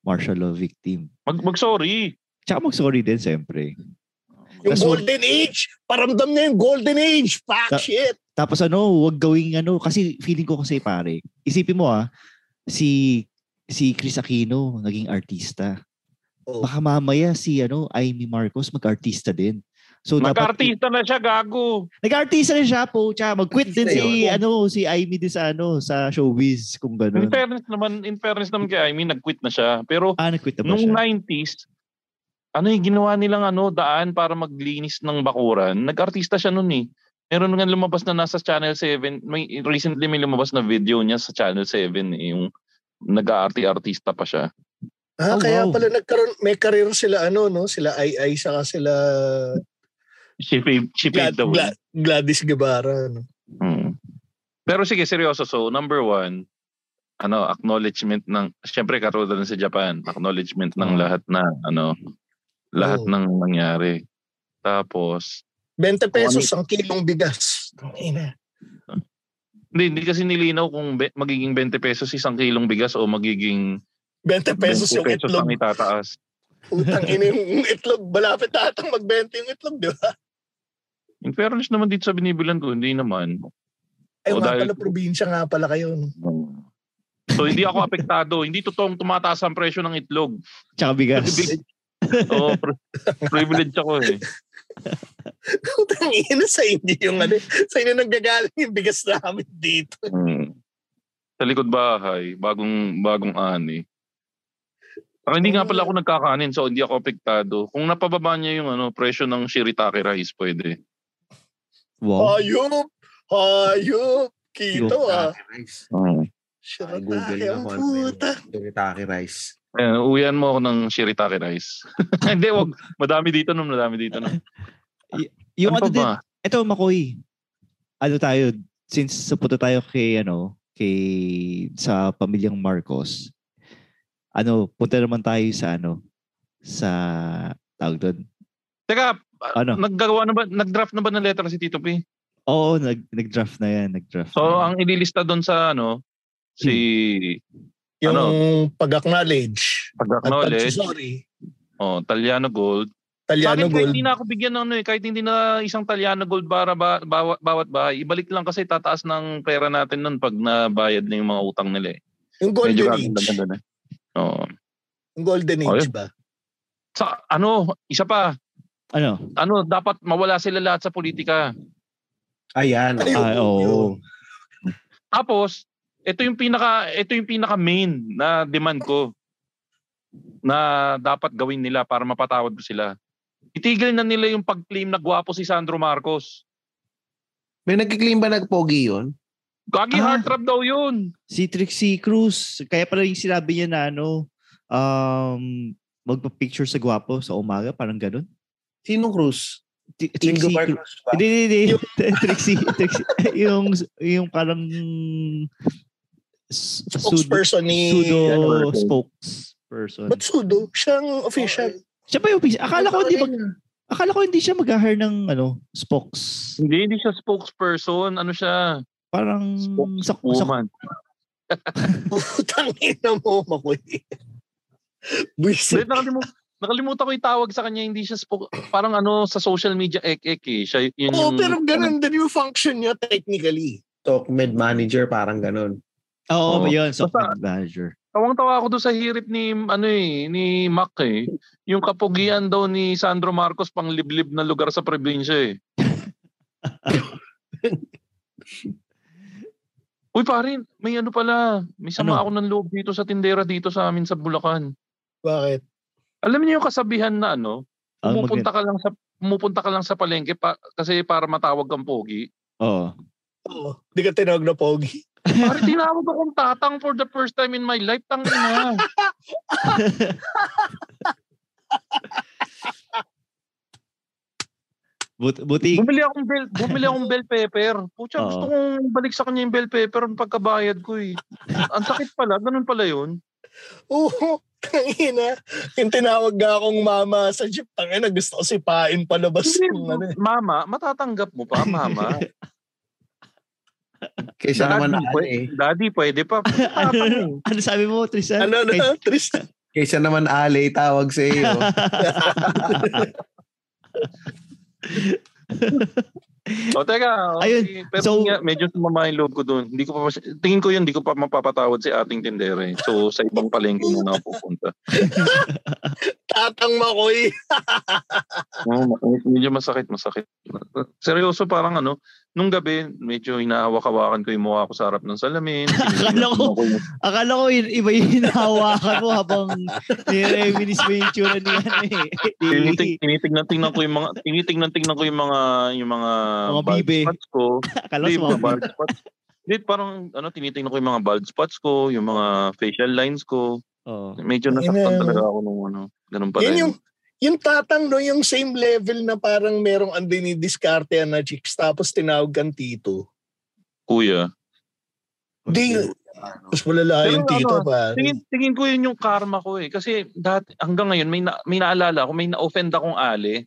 martial law victim. Mag, mag-sorry. Tsaka mag-sorry din, siyempre. Yung That's what- golden age. Paramdam niya yung golden age. Fuck Ta- shit. Tapos ano, wag gawing ano, kasi feeling ko kasi pare, isipin mo ah, si si Chris Aquino naging artista. Oo. Baka mamaya si ano, Amy Marcos mag-artista din. So dapat Mag-artista na siya, gago. nag-artista rin siya po, tsaka mag-quit din Artista si ano, si Amy din sa ano, sa showbiz kung In gano'n. fairness naman, in fairness naman kay Amy, nag-quit na siya. Pero Ah, nag-quit na ba nung siya? 90s, ano yung ginawa nilang ano, daan para maglinis ng bakuran. Nag-artista siya noon eh. Meron nga lumabas na nasa Channel 7. May, recently may lumabas na video niya sa Channel 7. Eh, yung nag-aarti-artista pa siya. Ah, Oh, kaya wow. pala nagkaroon, may karir sila ano, no? Sila Ai saka sila She paved, she Glad, paved the way. Glad, Gladys Guevara. No? Mm. Pero sige, seryoso. So, number one, ano, acknowledgement ng, syempre katulad rin sa Japan, acknowledgement ng lahat na, ano, lahat Oo. ng nangyari. Tapos, ano 20 pesos ang kilong bigas. Ina. hindi, hindi kasi nilinaw kung be- magiging 20 pesos isang kilong bigas o magiging 20 pesos 20 yung pesos itlog. ang itataas. Utang ina yung itlog. Malapit na atang mag-20 yung itlog, di ba? In fairness naman dito sa binibilan ko, hindi naman. Ay, O, nga dahil- pala, probinsya nga pala kayo. No? So, hindi ako apektado. Hindi totoong tumataas ang presyo ng itlog. Tsaka bigas. Privilege. Oo, pri- privilege ako eh. Utang ina sa inyo yung ano. Sa inyo nanggagaling yung bigas namin dito. Mm. Sa likod bahay, bagong bagong ani. Ah, hindi nga Eh. pala ako nagkakanin so hindi ako apektado. Kung napababa niya yung ano presyo ng shiritake rice, pwede. Oh. Wow. Hayop! Hayop! Kito ah. Shirataki rice. Ay, Google Shirataki na ang ko. puta. Shirataki rice. Ayan, uwian mo ako ng shiritake rice. hindi, wag. Madami dito nun, madami dito nun. Yung ano ano pa din, ba? Eto, Makoy. Ano tayo, since napunta tayo kay, ano, kay, sa pamilyang Marcos, ano, punta naman tayo sa, ano, sa, tawag doon. Teka, Ano? naggagawa na ba, nag-draft na ba ng letter si Tito P? Oo, nag, nag-draft na yan, nag-draft. So, na yan. ang inilista doon sa ano, si Yung Ano? pag-acknowledge. Hmm. At pag-acknowledge, pag-sorry. oh, Taliano Gold, Taliano Sa akin, kahit Gold. hindi na ako bigyan ng ano eh, kahit hindi na isang Taliano gold para ba, bawat, bawat bahay, ibalik lang kasi tataas ng pera natin nun pag nabayad na yung mga utang nila eh. Yung Golden gaganda Age. ganda na. Oo. Yung Golden Oh, Age ba? Sa ano, isa pa, ano? ano, dapat mawala sila lahat sa politika. Ayan. oh. Ay, Ah, oo, yun. oo. Tapos, ito yung pinaka ito yung pinaka main na demand ko na dapat gawin nila para mapatawad ko sila. Itigil na nila yung pag-claim na gwapo si Sandro Marcos. May nagkiklaim ba nagpogi yun? Gagi Ah. heart trap daw yun. Si Trixie Cruz, kaya pala yung sinabi niya na, ano, um, magpa-picture sa gwapo sa umaga, parang ganun. Sinong Cruz? Ti- Ingo Trixie Cruz. Marcos ba? Hindi, hindi, hindi. Trixie, Trixie. yung, yung parang s- pseudo, Spokesperson ni... ano, pseudo spokesperson. Ba't sudo? Siyang official. Siya pa yung official. Akala ko hindi mag, akala ko hindi siya mag-hire ng ano, spokes. Hindi, hindi siya spokesperson. Ano siya? Parang Hmm, sa, sa Woman. Putang ina mo, makoy. Wait, Buisit. nakalimutan, nakalimutan ko itawag sa kanya. Hindi siya spoke. Parang ano, sa social media, ek ek eh. Siya, yun Oo, yung, ano. pero ganun din yung function niya technically. Talk med manager, parang ganun. Oo, oh, Oo. yun, sa Basta- manager. Tawang-tawa ako doon sa hirit ni, ano eh, ni Mac eh. Yung kapugian daw ni Sandro Marcos pang liblib na lugar sa probinsya eh. Uy pare, may ano pala, may sama Ano? ako ng loob dito sa tindera dito sa amin sa Bulacan. Bakit? Alam niyo yung kasabihan na ano, Ang Pumupunta ka lang sa pumupunta ka lang sa palengke pa, kasi para matawag kang pogi. Oo. Oo. Di ka tinawag na pogi. Pare tinawag akong tatang for the first time in my life tang ina. But, buti, Bumili akong bell, bumili akong bell pepper. Pucha, Oo. gusto kong balik sa kanya yung bell pepper ang pagkabayad ko eh. Ang sakit pala, ganun pala yun. Oo. Tangina. Yung tinawag nga akong mama sa jeep. Tangina, gusto ko sipain palabas. ano eh. Hindi, ng ano. eh. mama, matatanggap mo pa, mama. Kaysa Daddy, naman pwede, ale. daddy, pwede pa. ano, ano sabi mo, Tristan? Ano na, Kay- Tristan? Kaysa naman ale tawag sa iyo. O teka, okay. pero so- nga, medyo sumama yung loob ko doon. Hindi ko pa, masy- tingin ko yun, hindi ko pa mapapatawad si ating tindere. So sa ibang palengke muna ako pupunta. Tatang Makoy. Oo, ma- medyo masakit, masakit. Seryoso, parang ano, nung gabi, medyo hinahawak-hawakan ko yung mukha ko sa harap ng salamin. Akala ko- Akala ko yun, iba yung hinahawakan mo habang nireminis mo yung tsura ni ano eh. Tinitig, Ni- tinitignan tingnan ko yung mga tinitignan tingnan ko yung mga yung mga Mga bald bibe. spots ko. Akala Hindi, ko mga sumama. bald spots. Hindi, parang ano tinitingnan ko yung mga bald spots ko, yung mga facial lines ko. Oo. Medyo Ayun nasaktan na. talaga ako nung ano. Ganun pala. Yan yun. yung, yung tatang no, yung same level na parang merong ang dinidiskarte na chicks tapos tinawag kang tito. kuya. Di, mas malala Pero yung ano, tito pa. Tingin, tingin ko yun yung karma ko eh. Kasi dati, hanggang ngayon, may, na, may naalala ako, may na-offend akong ale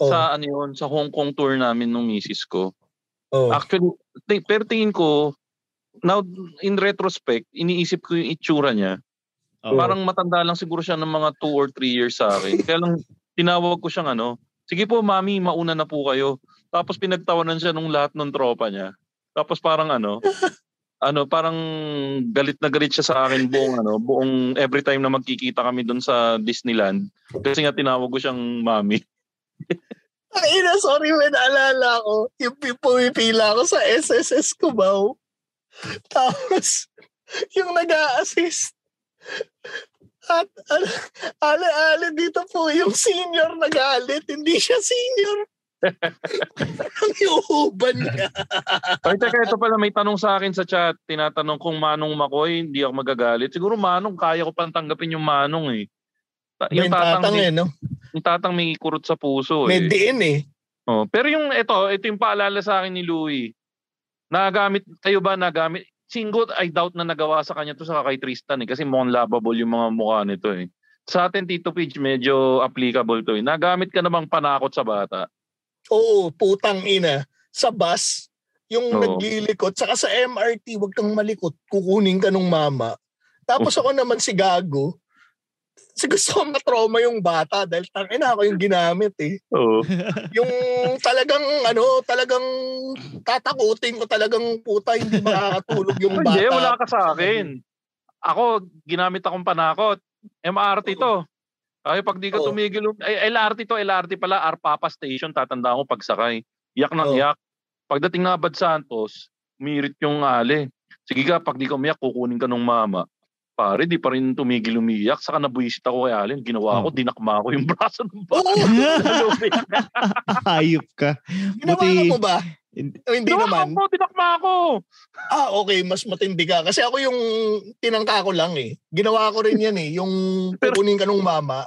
Oh, sa ano yun, sa Hong Kong tour namin nung misis ko. oh. Actually, ti- pero tingin ko, now in retrospect, iniisip ko yung itsura niya. Oo. oh. Parang matanda lang siguro siya ng mga 2 or 3 years sa akin. Kaya lang tinawag ko siyang ano, sige po mami, mauna na po kayo. Tapos pinagtawanan siya nung lahat ng tropa niya. Tapos parang ano, ano parang galit na galit siya sa akin buong ano, buong every time na magkikita kami doon sa Disneyland kasi nga tinawag ko siyang mami. Ay, na, sorry, man, alala ko. Yung pi- pumipila ko sa SSS Cubao. Tapos, yung nag-a-assist. At, al- ala-ala dito po, yung senior na galit, hindi siya senior. Ang iuuban niya. Ay, teka, ito pala may tanong sa akin sa chat. Tinatanong kung Manong Makoy, hindi ako magagalit. Siguro Manong, kaya ko pang tanggapin yung Manong eh. Ta- Yung Yung tatang, tatang may, eh, no? yung tatang may kurot sa puso May eh. diin eh. Oh, pero yung ito, ito yung paalala sa akin ni Louie. Nagamit, kayo ba nagamit? Singot, I doubt na nagawa sa kanya to sa kay Tristan eh. Kasi mukhang lovable yung mga mukha nito eh. Sa atin, Tito Pidge, medyo applicable to eh. Nagamit ka namang panakot sa bata. Oo, putang ina. Sa bus, yung Oo. naglilikot. Saka sa MRT, wag kang malikot. Kukunin ka nung mama. Tapos ako naman si Gago. Si gusto ko matrauma yung bata dahil tangin ako yung ginamit eh. Oo. Yung talagang ano, talagang tatakutin ko talagang puta hindi makakatulog yung bata. Hindi, wala ka sa akin. Ako, ginamit akong panakot. MRT to. Ay, pag di ka Oo. tumigil, eh, ay, LRT to, LRT pala, Arpapa Station, tatanda ko pagsakay. Yak ng Oo. yak. Pagdating na Abad Santos, umirit yung ali. Sige ka, pag di ka umiyak, kukunin ka ng mama. Pare, di pa rin tumigil umiyak. Saka nabuisit ako kay Alin. Ginawa ko, dinakma ko yung braso ng bata. Oo, Hayop ka. ginawa Buti- mo ba? Hindi- O, hindi Ginawa naman. ko, dinakma ko. Ah, okay, mas matindi ka. Kasi ako yung tinangka ko lang eh. Ginawa ko rin yan eh. Yung Pero- kukunin ka nung mama.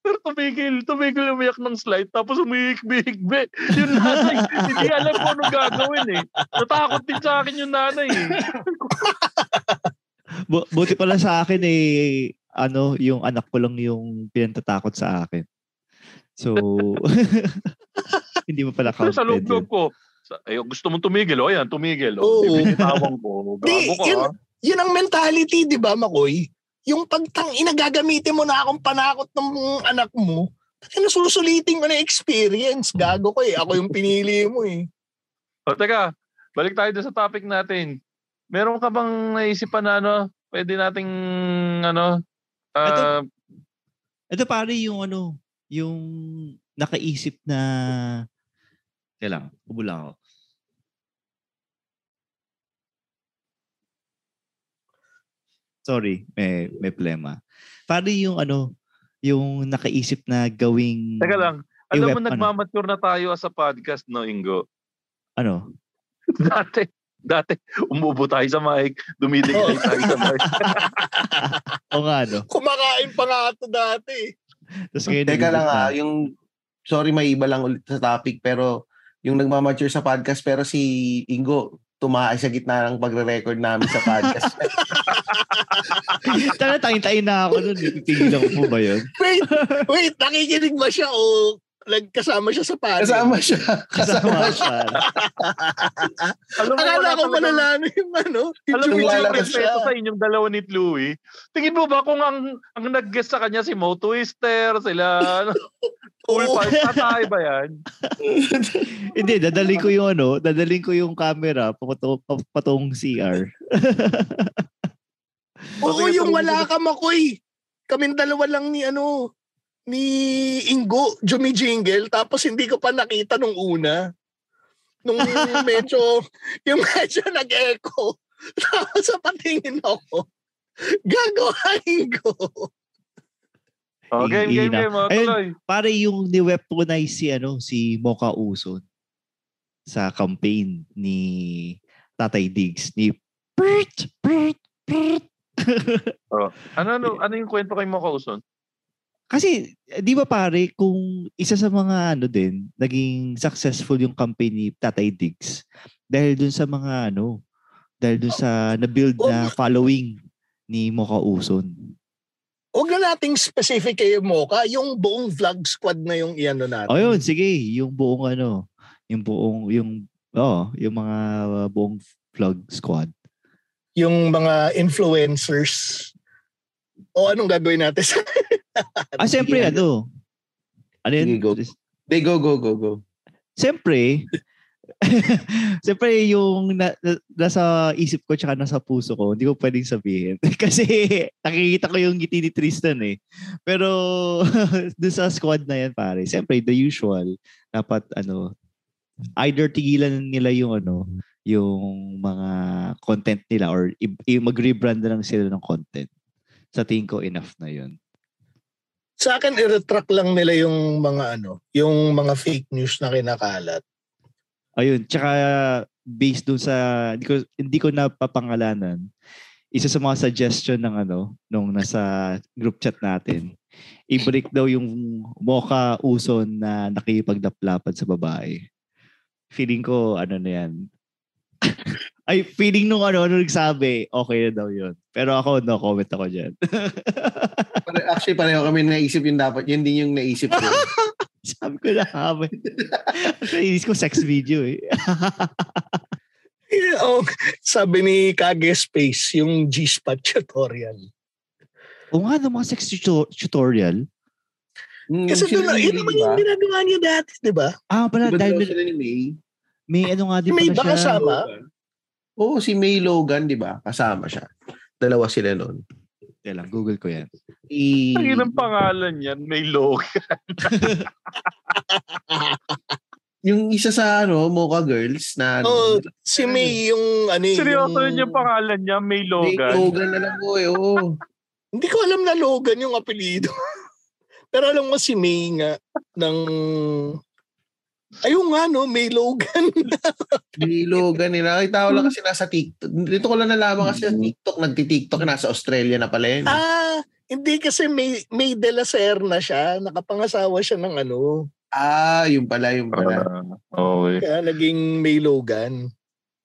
Pero tumigil, tumigil umiyak ng slide, tapos umihikbi-hikbi. Yung nanay, hindi alam ko anong gagawin eh. Natakot din sa akin yung nanay eh. Bu- buti pala sa akin eh, ano, yung anak ko lang yung pinatatakot sa akin. So, hindi mo pala Pero sa counted loob-loob yun. ko, sa- ay, gusto mong tumigil, o yan, tumigil. O, Oo. Ibinitawang ko, gago Di, ka. ah. yun- Yun ang mentality, di ba, Makoy? Yung pagtang inagagamitin mo na akong panakot ng anak mo, kasi nasusulitin ko na experience. Gago ko eh. Ako yung pinili mo eh. O, teka, balik tayo dun sa topic natin. Meron ka bang naisipan na ano, pwede nating ano, ah, Ito pare yung ano, yung nakaisip na Kaya lang, ubo lang ako. Sorry, may may plema. Pare yung ano, yung nakaisip na gawing teka lang, alam mo Iwep, ano? nagmamature na tayo as a podcast, no, Ingo? ano, Dati, dati, umubo tayo sa mic, dumidikit tayo sa mic. o nga ano. Kumakain pa nga ito dati eh. Tapos ngayon, Teka lang nag-iisip ah, na. yung sorry may iba lang ulit sa topic pero yung nagmamature sa podcast pero si Ingo tumaas sa gitna ng pagre-record namin sa podcast. Tara, tayin-tayin na ako nun. Titigil ako po ba yun? Wait, wait, nakikinig ba siya o nagkasama siya sa panel. Kasama siya. Kasama Kasama siya. siya. Alam mo, wala Akala ko talagang- malala yung ano. Alam mo, Yung yung lalabas respeto sa inyong dalawa ni Louie. Tingin mo ba kung ang, ang nag-guest sa kanya si Mo Twister, sila, ano, Cool Oo. Pals, patay ba ah, yan? Hindi, dadaling ko yung ano, dadaling ko yung camera papato, papatong CR. Oo, Bakit ako- yung wala ka makoy. Kaming dalawa lang ni ano, ni Ingo, jumijingle, tapos hindi ko pa nakita nung una. Nung medyo, yung medyo nag-echo. Tapos napatingin ako. Gago ka, Ingo. Oh, game, game, Iina. game, mga Ayun. tuloy. Pare yung ni-weaponize si ano, si Mocha Uson sa campaign ni Tatay Diggs ni Pert, Pert, Pert. Ano, ano, ano yung kwento kay Mo Kauson? Kasi, eh, di ba pare, kung isa sa mga ano din, naging successful yung campaign ni Tatay Diggs dahil dun sa mga ano, dahil dun sa Oh. na-build na following ni Mocha Uson. Huwag na nating specific kayo, Mocha. Yung buong vlog squad na yung iano natin. O yun, sige, yung buong ano, yung buong, yung, oh, yung mga buong vlog squad. Yung mga influencers. O anong gagawin natin sa Ah, siyempre, Sige, ano, ano yun? Sige, go. They go, go, go, go. Siyempre, siyempre yung na, na- nasa isip ko tsaka nasa puso ko, hindi ko pwedeng sabihin. Kasi nakikita ko yung ngiti ni Tristan eh. Pero dun sa squad na yan pare, siyempre the usual, dapat ano, either tigilan nila yung ano, yung mga content nila or i- i- mag-rebrand na lang sila ng content. Sa tingin ko, enough na yun. sa akin i-retract lang nila yung mga ano, yung mga fake news na kinakalat. Ayun, tsaka based dun sa hindi ko hindi ko napapangalanan. Isa sa mga suggestion ng ano nung nasa group chat natin, i-break daw yung mocha uson na nakikipaglaplapan sa babae. Feeling ko ano na yan. Ay, feeling nung ano, nung nagsabi, okay na daw yun. Pero ako, no comment ako dyan. Pare- Actually, pareho kami naisip yung dapat. Yun din yung naisip ko. Sabi ko na habang. Inis ko sex video eh. Eh, Oh, sabi ni Kage Space, yung G-spot tutorial. O nga, no, mga sex tuto- tutorial. Mm, Kasi sila doon, ni yun May, naman di ba? yung ginagawa niya dati, di ba? Ah, pala, Di ba dahil daw may- sila ni May? May ano nga din May pala ba siya. kasama? Oo, si May Logan, di ba? Kasama siya. Dalawa sila noon. Teka lang, Google ko yan. I... Ang ilang pangalan yan, may log. Yung isa sa ano, Mocha Girls na Oh, ano, si May yung ano eh, Seryoso yung- rin yung pangalan niya, may May Logan. Logan na lang po eh. Oo. Hindi ko alam na Logan yung apelyido. Pero alam mo si May nga ng Ayun nga no, May Logan. May Logan nila. Kita ko lang kasi nasa TikTok. Dito ko lang nalaman kasi sa TikTok. Nagti-TikTok. Nasa Australia na pala Mm. yun. eh. ah, hindi kasi May May De La Serna siya, nakapangasawa siya ng ano, Ah, yun pala, yun pala. Ah, okay. Kaya naging May Logan.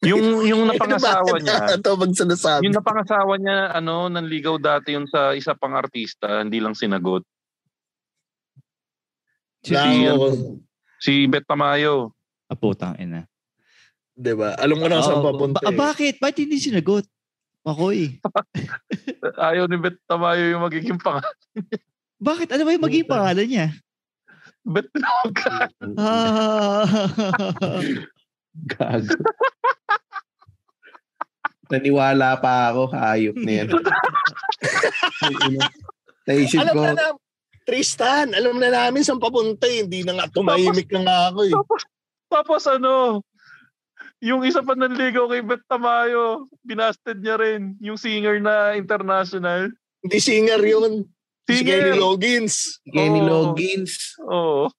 Yung, yung Ano napangasawa niya, Ito bang sinasabi? Yung napangasawa niya, ano, nanligaw dati yun sa isa pang artista, hindi lang sinagot. Si Lang Ian. ako, Si Bet Tamayo. Ah, putang ina. di ba? Alam ko na kung saan Oo, papunta. ba- ah, eh. bakit? Bakit hindi sinagot? Makoy. Ayaw ni Bet Tamayo yung magiging pang Bakit? Ano ba yung magiging Puta. pangalan niya? Bet Logan. Mm. Ah. Gago. Naniwala pa ako. Hayop na yan. Ay, ina. Naisip alam ko, na na, Tristan, alam na namin saan papunta. eh. Hindi na nga tumahimik na nga ako eh. tapos, tapos ano, yung isa pa nanligaw kay Bet Tamayo, binasted niya rin. Yung singer na international. Hindi singer yun. Si Kenny Singer! Loggins. si Kenny Oo. Loggins. Oo.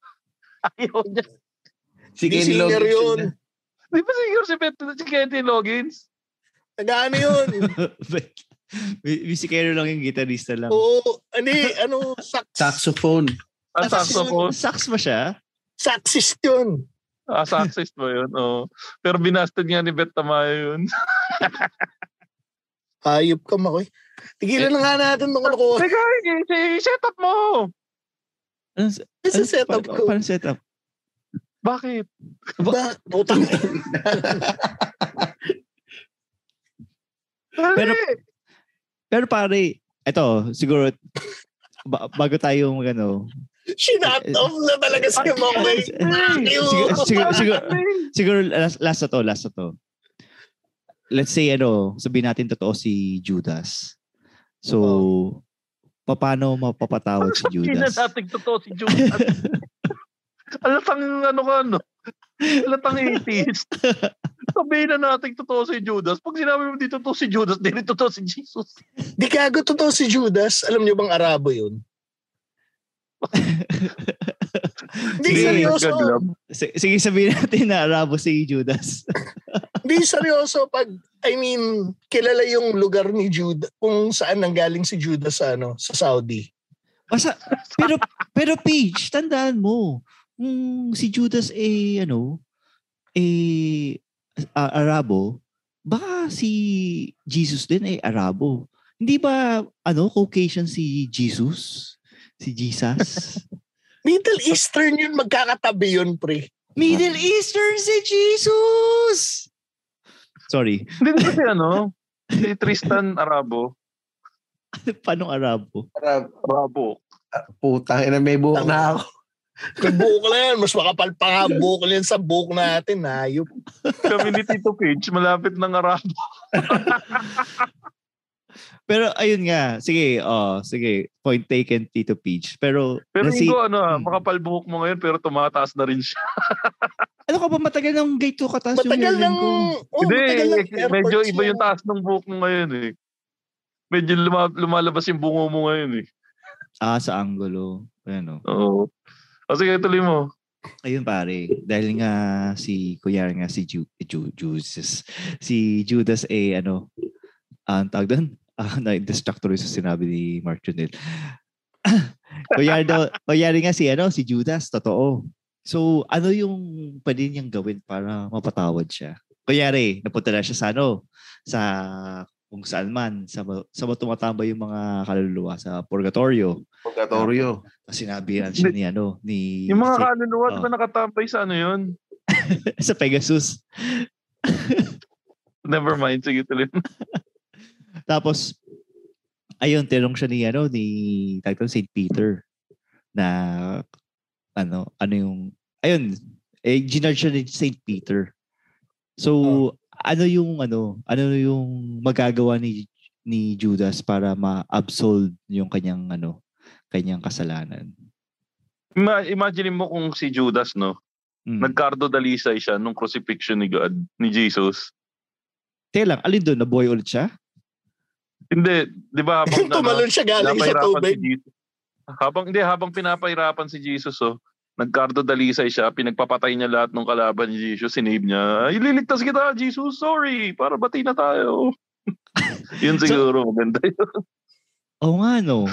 Ayaw niya. Si Hindi Kenny singer Loggins. yun. yun. Di ba singer si Bet, si Kenny Loggins? Nagaano yun? But, si Kero lang yung gitarista lang. Oo. Ano eh, ano, sax, Saxophone. Ang Sax- saxophone. Ah, Sax ba siya? saxist yun. Ah, success ba yun? Oo. Pero binasted nga ni Bet Tamayo yun. Hayop ka Oh. eh, makoy. Tigilan na nga natin itong kalokohan. Teka, i- i- i- set up mo! Ano, sa- It's ano, a setup pa- ko. Paano setup? Bakit? Ba, putang Pero, Pero pare, eto, siguro, ba- bago tayo mag ano, Shinut off na talaga si Mokbay. Fuck you. siguro, siguro, siguro, siguro last, last na to, last na to. Let's say, ano, sabihin natin totoo si Judas. So, paano mapapatawad si Judas? natin totoo si Judas. Alatang ano ka, no? Alatang 80s. Sabihin na natin totoo si Judas. Pag sinabi mo di totoo si Judas, di rin totoo si Jesus. Di kago totoo si Judas. Alam niyo bang Arabo yun? Hindi Sige, seryoso. S- sige, sabihin natin na Arabo si Judas. Hindi seryoso pag, I mean, kilala yung lugar ni Judas, kung saan nanggaling si Judas sa, ano, sa Saudi. Basta, pero, pero Paige, tandaan mo, kung si Judas eh, ano, eh, a- Arabo, baka si Jesus din eh, Arabo. Hindi ba, ano, Caucasian si Jesus? Si Jesus? Middle Eastern yun, magkakatabi yun, pre. Middle Eastern si Jesus! Sorry, Hindi na kasi ano, si Tristan Arabo. paano Arabo? Para Arabo. putang ina may buhok na ako. May buhok na yan. Mas makapal pa nga buhok na yan sa buhok natin. Hayop. Kami ni Tito Page, malapit ng Arabo. Pero ayun nga, sige, oh, sige, point taken Tito Peach. Pero, Pero nasi- Ingo, ano, ah, Hmm. makapal buhok mo ngayon, pero tumataas na rin siya. ano ka ba matagal ng gate to kataas yung Matagal hairline ng... ko? Oh, Hindi, matagal ng eh, medyo airports iba yung na- taas ng buhok mo ngayon eh. Medyo luma- lumalabas yung bungo mo ngayon eh. Ah, sa angulo. Ayan oh. o. Oo. O sige, tuloy mo. Ayun pare, dahil nga si Kuya nga si Ju, Ju, Judas, si Judas eh ano, ang tawag doon? Ah, na-destructor yung sinabi ni Mark Junel. Kuya daw, kuya nga si ano, si Judas, totoo. So, ano yung pwede niyang gawin para mapatawad siya? Kunyari, napunta na siya sa ano, sa kung saan man, sa, ma- sa ma- tumatambay yung mga kaluluwa sa purgatorio. Purgatorio. Tapos sinabihan siya ni ano, ni Yung mga sa- kaluluwa, di ba Ah. nakatambay sa ano yun? sa Pegasus. Never mind, sige tuloy. mo. Tapos, ayun, tinanong siya ni, ano, ni, tawag doon, St. Peter, na, ano, ano yung, ayun, eh, ginard siya ni St. Peter. So, ano yung, ano, ano yung magagawa ni, ni Judas para ma-absolve yung kanyang, ano, kanyang kasalanan. Ima- imagine mo kung si Judas, no? Hmm. Mm. Nagkardo dalisay siya nung crucifixion ni God, ni Jesus. Teka lang, alin doon, nabuhay ulit siya? Hindi, di ba habang Tumalon siya galing sa pinapahirapan tubig. Si Jesus. Habang hindi habang pinapahirapan si Jesus oh, nagkardo dalisay siya, pinagpapatay niya lahat ng kalaban ni Jesus, sinave niya. Ililigtas kita, Jesus, sorry, para bati na tayo. Yun So- siguro, maganda yun. Oo nga, no.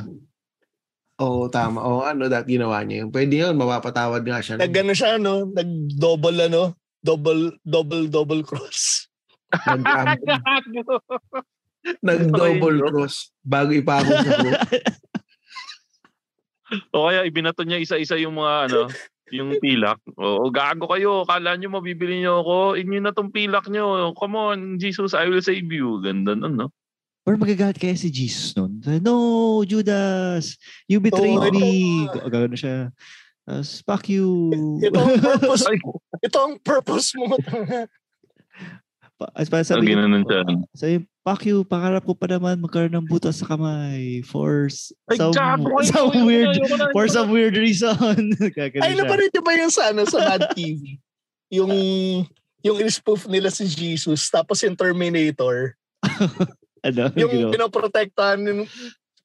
Oo, tama. Oo, ano, dapat ginawa niya yun. Pwede yun, mapapatawad nga siya. Nag Nag- ano siya, no? Nag-double, ano? Double, double, double cross. Nag-double cross bago ipako sa buhok. o kaya ibinato niya isa-isa yung mga ano, yung pilak. O gago kayo, kala niyo mabibili niyo ako, inyo na tong pilak niyo. Come on, Jesus, I will save you. Ganda nun, no? Or magagalit kaya si Jesus nun. No, Judas, you betrayed Oo, ito me. nga. Gano'n siya. Tapos, fuck you. Ito ang purpose. Ay, ito ang purpose mo. Pa- as para sabi sabi niya, nun siya. sabi, fuck you, pangarap ko pa naman magkaroon ng butas sa kamay for s- Ay, some, gago kayo, some ayoko na, weird, ayoko na, for ayoko na. some weird reason. Ay, Gaganon ano ba siya. rin ba yung sa, ano, sa Mad TV? Yung, yung in-spoof nila si Jesus, tapos yung Terminator. Ano, Yung ginawa? pinoprotektahan, yung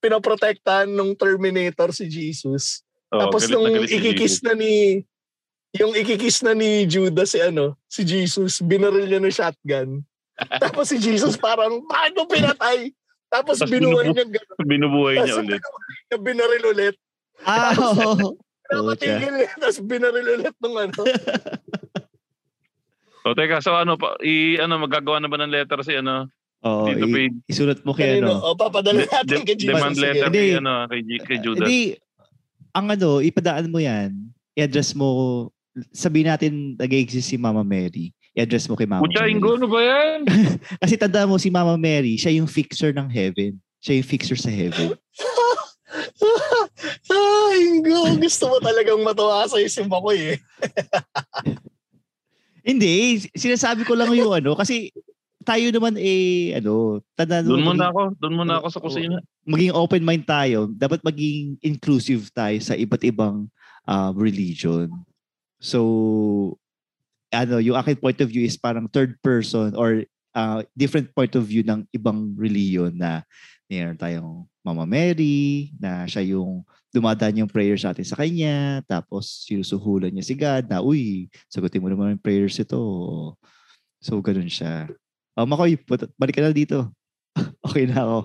pinoprotektahan nung Terminator si Jesus. Oo, tapos galit na nung galit si ikikiss na ni, yung ikikiss na ni Judas si ano, si Jesus, binaril niya ng shotgun. tapos si Jesus parang, paano pinatay? Tapos Tapos binuhay binubu- niya gano'n. Binubuhay Tapos niya ulit. binuhay niya, binaril ulit. Ah, oo. Napatigil niya, tapos binaril ulit nung ano. O teka, so ano, pa, i, ano magagawa na ba ng letter si ano? Oo, Dito i- page. isulat mo kay Kanino? ano. O, papadala De- natin de- kay Jesus. demand Sige. letter Hindi. kay, ano, kay, G- kay Judas. Hindi, ang ano, ipadaan mo yan, i-address mo, sabihin natin nag-exist si Mama Mary, i-address mo kay Mama Pucha, Mary. Ingo, ano ba yan? Kasi tanda mo si Mama Mary, siya yung fixer ng heaven. Siya yung fixer sa heaven. Ay, Ingo, gusto mo talagang matawa sa isip ako eh. Hindi, sinasabi ko lang yung ano, kasi tayo naman eh, ano, tanda Doon mo, muna ako. Doon muna ako sa kusina. maging open mind tayo, dapat maging inclusive tayo sa iba't ibang um, religion. So, ano, yung akin point of view is parang third person or uh, different point of view ng ibang religion na meron tayong Mama Mary, na siya yung dumadaan yung prayers natin sa kanya, tapos sinusuhulan niya si God na, uy, sagutin mo naman yung prayers ito. So, ganun siya. Oh, Makoy, pat- balik ka na dito. okay na ako.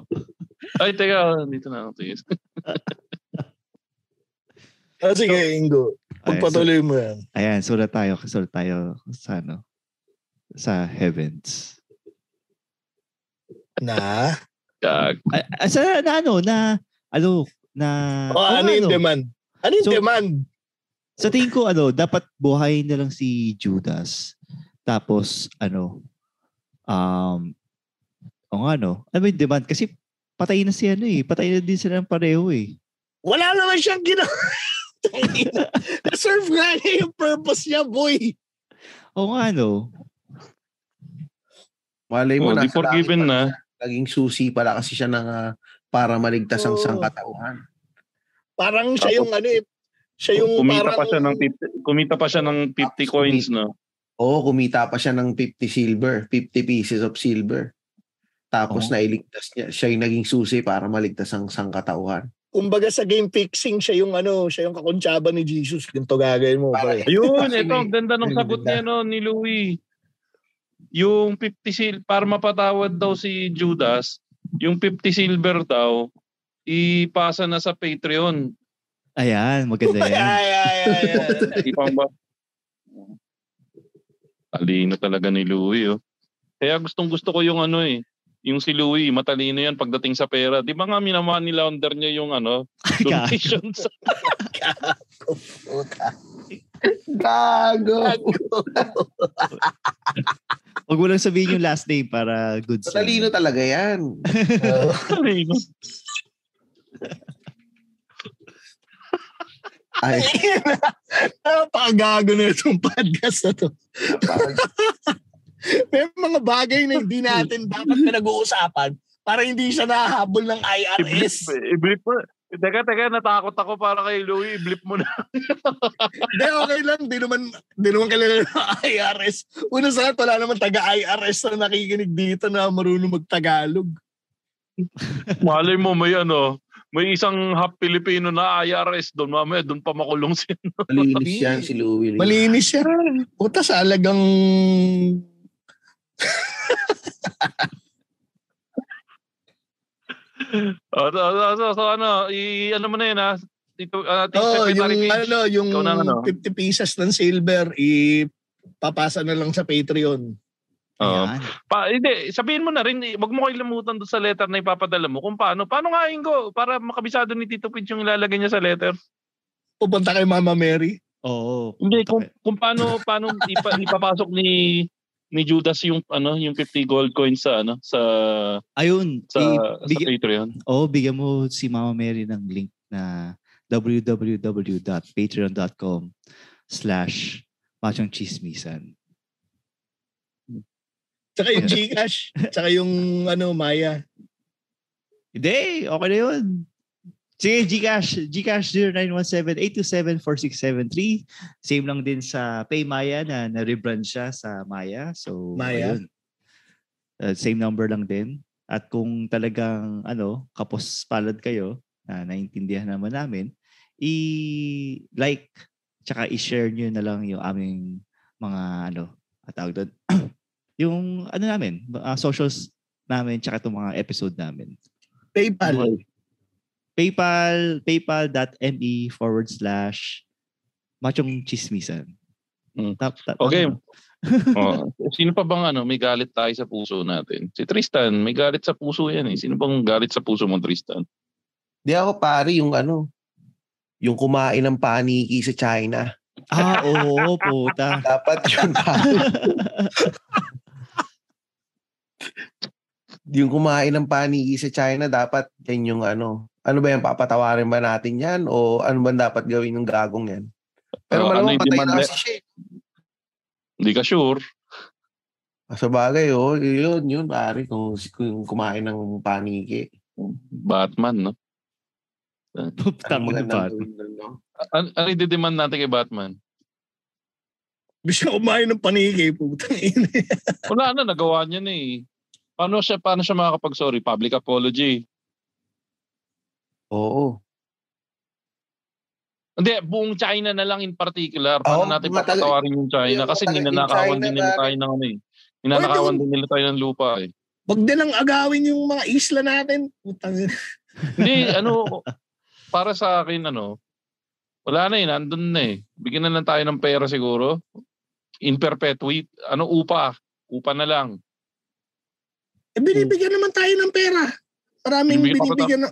Ay, teka. Dito na ako. Tingis. Ah, sige, Ingo. Ayan, so- Pagpatuloy mo yan. Ayan, sulat tayo, sulat tayo sa ano, sa heavens. Na? Gag. Ah, ah, sa na, ano, na, ano, na, O, oo, ano yung demand? Ano yung So- demand? sa tingin ko, ano, dapat buhayin na lang si Judas. Tapos, ano, um, o nga, no, ano ba yung demand? Kasi patay na si ano eh, patay na din sila ng pareho eh. Wala naman siyang ginawa. Na-serve nga niya yung purpose niya, boy. O nga, ano, no, Malay mo, Oh, di nasa langit forgiven pala na. siya. Naging susi pala kasi siya ng, ah, para maligtas ang Oo. sangkatauhan. Parang siya yung ano eh. Siya yung kumita parang... pa siya ng 50, kumita pa siya ng 50 coins, no? Oo, kumita pa siya ng 50 silver, 50 pieces of silver. Tapos Oo. nailigtas niya, siya yung naging susi para maligtas ang sangkatauhan. Kumbaga sa game fixing, siya yung ano, siya yung kakuntsaba ni Jesus. Ganito gagawin mo, Para- boy. Yun, Kasi ito, ang ganda ng may sagot ganda. niya no, ni Louis. Yung 50 sil para mapatawad daw si Judas, yung 50 silver daw, ipasa na sa Patreon. ayan, maganda Ay, yan. ay, ay, ay, ay. Ipang ba? Talino talaga ni Louie, oh. Kaya gustong gusto ko yung ano eh, yung si Louie, matalino yan pagdating sa pera. Di ba nga minaman ni Launder niya yung ano, Kaya- donation sa... Gago! Huwag mo lang sabihin yung last name para good sign. Talino talaga yan. Oh, Talino. Ay, Napakagago na itong podcast na to. parang May mga bagay na hindi natin dapat pinag-uusapan para hindi siya nahahabol ng I-blip, eh, IRS. i-blip mo. Teka, teka, natakot ako para kay Louie, i-blip mo na. Hindi, okay lang. Di naman, di naman kailangan ng IRS. Una sa lahat, wala naman taga-IRS na nakikinig dito na marunong magtagalog. Malay mo, may ano, may isang half Filipino na IRS doon. Mamaya, doon pa makulong siya. malinis yan si Louie. Malinis siya. Puta sa alagang... Ah, so, so, so, so, ano, i, ano mo na yun, ha? Ito, ah, ating Oh, secretary yung page. ano, yung Ikaw na, ano? 50 pieces ng silver, ipapasa na lang sa Patreon. Oo. Ayan. pa, hindi, sabihin mo na rin, eh, wag mo kailamutan doon sa letter na ipapadala mo kung paano. Paano nga, Ingo? Para makabisado ni Tito Pidge yung ilalagay niya sa letter. Pupunta kay Mama Mary. Oo. Hindi, kung, pumunta kayo. kung paano, paano ipa, ipapasok ni ni Judas yung ano yung 50 gold coins sa ano sa Ayun, sa, sa ibigay- Patreon. Oo, bigyan mo si Mama Mary ng link na www.patreon.com slash machong chismisan. Tsaka yung Gcash. Tsaka yung ano, Maya. Hindi, okay na yun. Sige, Gcash, Gcash 0917-827-4673. Same lang din sa PayMaya na na-rebrand siya sa Maya. So, Maya. ayun. Uh, same number lang din. At kung talagang ano, kapos palad kayo, na naintindihan naman namin, i-like tsaka i-share nyo na lang yung aming mga ano, at tawag doon, yung ano namin, uh, socials namin tsaka itong mga episode namin. PayPal. PayPal, paypal.me forward slash machong chismisan. Mm. Tap, tap, Okay. ano? Oh, sino pa bang ano, may galit tayo sa puso natin? Si Tristan, may galit sa puso yan eh. Sino bang galit sa puso mo, Tristan? Di ako pari yung ano, Yung kumain ng paniki sa China. Ah, oo, puta. Dapat yun pare. yung kumain ng paniki sa China, dapat yan yung ano. Ano ba yan? Papatawarin ba natin yan? O ano ba dapat gawin ng gagong yan? Pero Oh, ano malamang yung patay demand na na- kasi siya. eh. Hindi ka sure. Ah, Sa bagay, oh, yun, yun, pare. Kung, kung kumain ng paniki. Batman, no? Putang ina magandang ba? gawin doon, no? Ano, ano yung demand natin kay Batman? Hindi siya kumain ng paniki. Putang ina. Wala na, nagawa niya na eh. Paano siya, paano siya makakapag-sorry? Public apology. Oo. Hindi, buong China na lang in particular. Paano Oo, natin mga taga- papatawarin yung China? yung Kasi mga taga- ninanakawan yung China din nila natin. tayo ng ano eh. Ninanakawan Pwede din nila tayo ng lupa eh. Wag din ang agawin yung mga isla natin. Putang ina. Hindi, ano, para sa akin, ano, wala na eh, nandun na eh. Bigyan na lang tayo ng pera siguro. In perpetuate, ano, upa. Upa na lang. Eh, binibigyan naman tayo ng pera. Maraming Bibigyan pa ba ta- binibigyan na...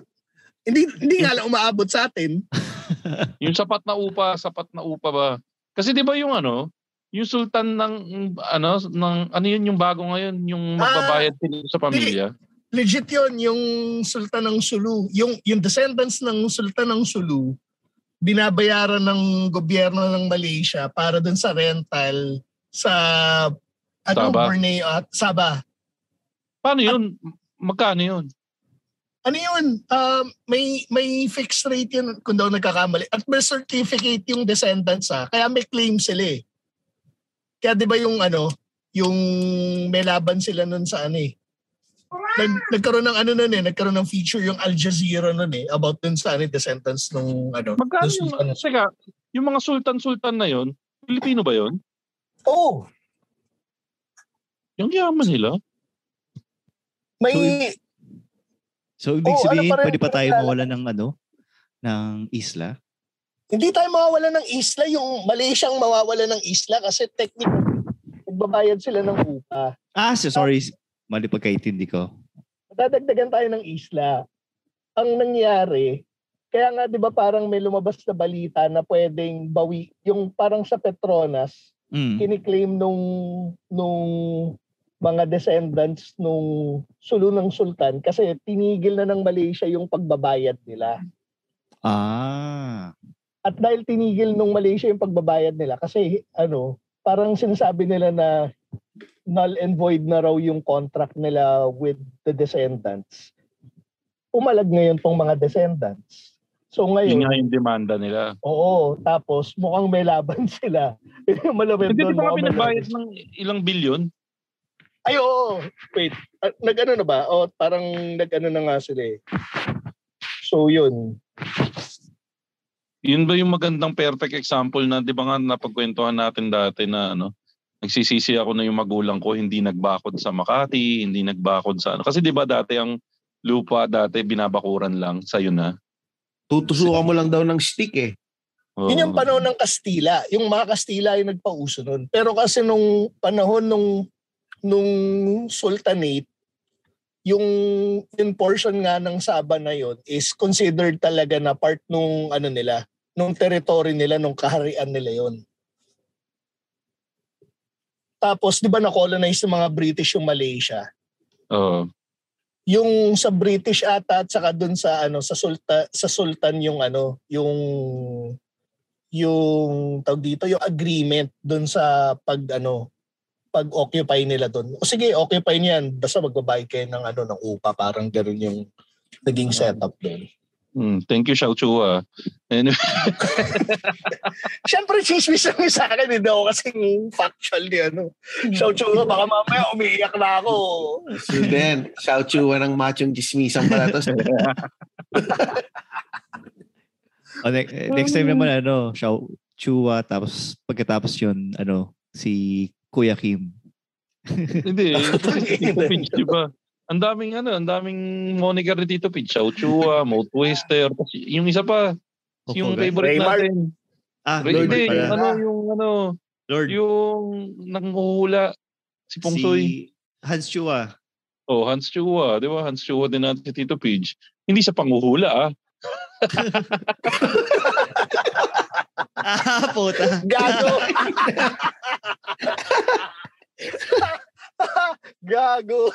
Hindi, hindi nga lang umaabot sa atin. Yung sapat na upa, sapat na upa ba? Kasi 'di ba yung ano, yung sultan ng ano ng ano yun yung bago ngayon, yung magbabayad sila sa pamilya. Legit yon yung Sultan ng Sulu. Yung, yung descendants ng Sultan ng Sulu, binabayaran ng gobyerno ng Malaysia para dun sa rental sa ano, Sabah. Borneo at Sabah. Paano yun? Magkano yun? ano yun, um, may may fixed rate yun kung daw nagkakamali. At birth certificate yung descendants ha. Kaya may claim sila eh. Kaya di ba yung ano, yung may laban sila nun sa ano eh. Nag- nagkaroon ng ano nun eh, nagkaroon ng feature yung Al Jazeera nun eh, about dun sa ano, descendants nung ano. Magkano nung yung sultan. Seka, yung mga sultan-sultan na yun, Pilipino ba yun? Oo. Yung yaman nila? May, So, ibig Oo, ano sabihin, pa rin pwede pa tayo pinaglalagay. mawala ng ano? ng isla? hindi tayo mawawala ng isla. Yung Malaysia ang mawawala ng isla kasi technically, nagbabayad sila ng upa. Ah, so sorry. Mali pagkaintindi ko. dadagdagan tayo ng isla. Ang nangyari, kaya nga 'di ba parang may lumabas na balita na pwedeng bawi yung parang sa Petronas, Mm. kiniklaim nung nung mga descendants nung sulo ng sultan kasi tinigil na ng Malaysia yung pagbabayad nila. Ah. At dahil tinigil nung Malaysia yung pagbabayad nila kasi ano, parang sinasabi nila na null and void na raw yung contract nila with the descendants. Umalag ngayon tong mga descendants. So Yun nga yung ngayon, demanda nila. oo, tapos mukhang may laban sila. Yung Malamit Hindi doon, ba mukhang may pinagbayad laban. ng ilang bilyon? Ay, oo. Wait, ah, nag-ano na ba? O, parang nag-ano na nga sila eh. So yun. Yun ba yung magandang perfect example na 'di ba nga napagkwentuhan natin dati na ano, nagsisisi ako na yung magulang ko hindi nagbakod sa Makati, hindi nagbakod sa ano. Kasi 'di ba dati ang lupa dati binabakuran lang sa na. Tutusukan mo lang daw ng stick eh. Oo. Yun yung panahon ng Kastila. Yung mga Kastila ay nagpauso nun. Pero kasi nung panahon nung nung sultanate, yung, yung portion nga ng Saba na yon is considered talaga na part nung ano nila, nung territory nila, nung kaharian nila yon. Tapos, di ba na-colonize ng mga British yung Malaysia? Oo. yung sa British ata at saka doon sa ano sa sultan sa sultan yung ano yung yung tawag dito yung agreement doon sa pag ano pag occupy nila doon. O sige, occupy niyan basta magbabayad kayo ng ano ng upa parang ganoon yung naging setup doon. Mm, thank you Xiaochua. Anyway, Siyempre, chismis lang yun sa akin. Hindi ako kasing factual ni ano. Shout baka mamaya umiiyak na ako. So then, shout you ng machong chismisang pala. Tapos O, ne- eh, next time naman, ano, Shaw, Chua, tapos pagkatapos yun, ano, si Kuya Kim. hindi kasi si Tito Pidge, 'di ba? Ang daming ano, ang daming moniker ni Tito Pidge, Xiaochua, Mo Twister, Tapos yung isa pa, Opo, yung guys. favorite Raymart. natin. Ah, Ray, Lord hindi, pala. yung ano, yung ano, Lord, yung nanguhula si Pungsoy. si Hans Chua. Oh, Hans Chua, 'di ba? Hans Chua din natin si Tito Pidge. Hindi sa panguhula ah. Ah, puta. Gago. Gago.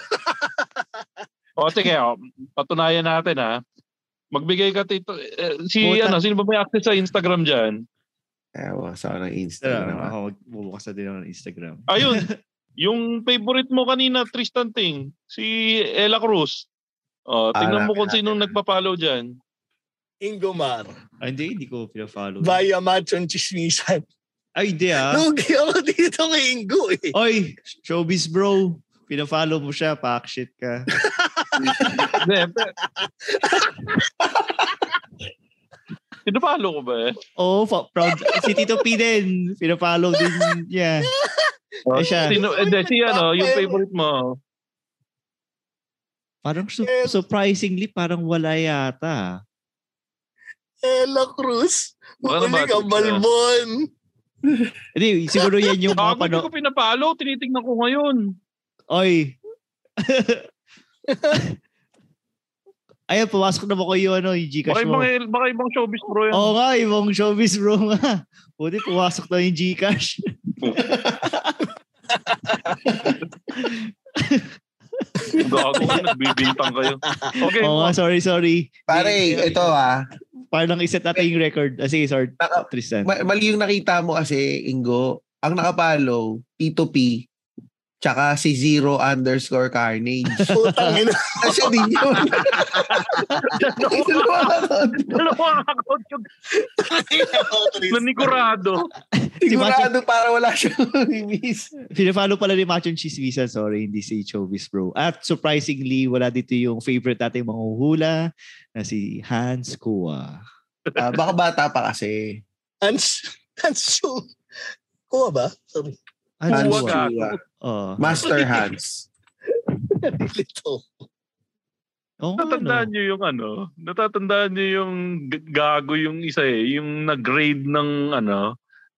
O, oh, sige, o, patunayan natin ha. Magbigay ka tito. eh, si, Puta. ano, sino ba may access sa Instagram dyan? Ewa, sa ng Instagram. Ako, magbubukas na din ako ng Instagram. Ayun, yung favorite mo kanina, Tristan Ting, si Ella Cruz. O, tingnan Hanapin mo kung natin. sinong nagpa-follow dyan. Ingomar. Ah, hindi, hindi ko pina-follow. Via Machon Chismisan. Ay, hindi ah. Lugi ako dito kay Ingo eh. Oy, showbiz bro. Pina-follow mo siya, pack shit ka. Hindi, pe- Pinafollow ko ba eh? Oo, oh, proud. si Tito P din. Pina-follow din niya. O, Ay, siya. Sino, hindi, si ano, yung favorite mo. Parang su- surprisingly, parang wala yata. Ella Cruz. Baka Huli ka, naman, Balbon. Hindi, siguro yan yung mga Ako, hindi ko pano- pinapalo. Tinitingnan ko ngayon. Oy. Ayun, pumasok naman ko yung ano, yung Baka Gcash ibang, mo. Oh. baka ibang showbiz bro yan. Oo nga, ibang showbiz bro nga. Buti pumasok na yung Gcash. Gago ka, nagbibintang kayo. Okay, Oo nga, sorry, sorry. Pare, ito ah. Parang iset natin yung record. Ah, sige, sorry, Naka- Tristan. ma- Mali yung nakita mo kasi, Ingo. Ang nakapalo, Tito P, tsaka si Zero underscore Carnage. Putang ina. Kasi din yun. Dalawa ka nun. Dalawang account yung Ano? nanigurado. Sigurado para wala siyang miss. Pinafollow pala ni Machon Chismisan, sorry, hindi si Chovis Bro. At surprisingly, wala dito yung favorite nating manghuhula na si Hans Kua. Ah, baka bata pa kasi. Ans, Ansu. Kuha ba? Sorry. Ah, Hans Hans Kua. Kua. Chua. Oo. Master Hans. Nalilito. Oo nga, no? Natatandaan niyo yung ano, natatandaan niyo yung g- gago yung isa eh, yung nag-grade ng ano,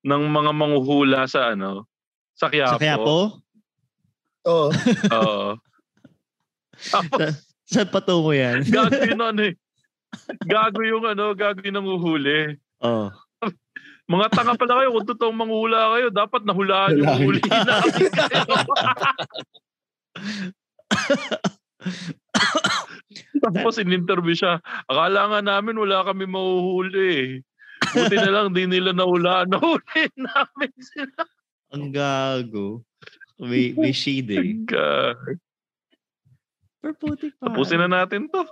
ng mga manghuhula sa ano, sa Quiapo. Sa Quiapo? Oo. Oo. Saan patungo yan? gago yung ano eh. Gago yung ano, gago yung nanguhuli. Oo. Mga tanga pala kayo, kung totoong manghula kayo, dapat nahulaan yung Hulaan. huli namin kayo. Tapos in-interview siya. Akala nga namin wala kami mahuhuli. Buti na lang di nila nahulaan. Nahuli namin sila. Ang gago. May, may shade eh. Ga- Pero putik pa. Tapusin na natin to.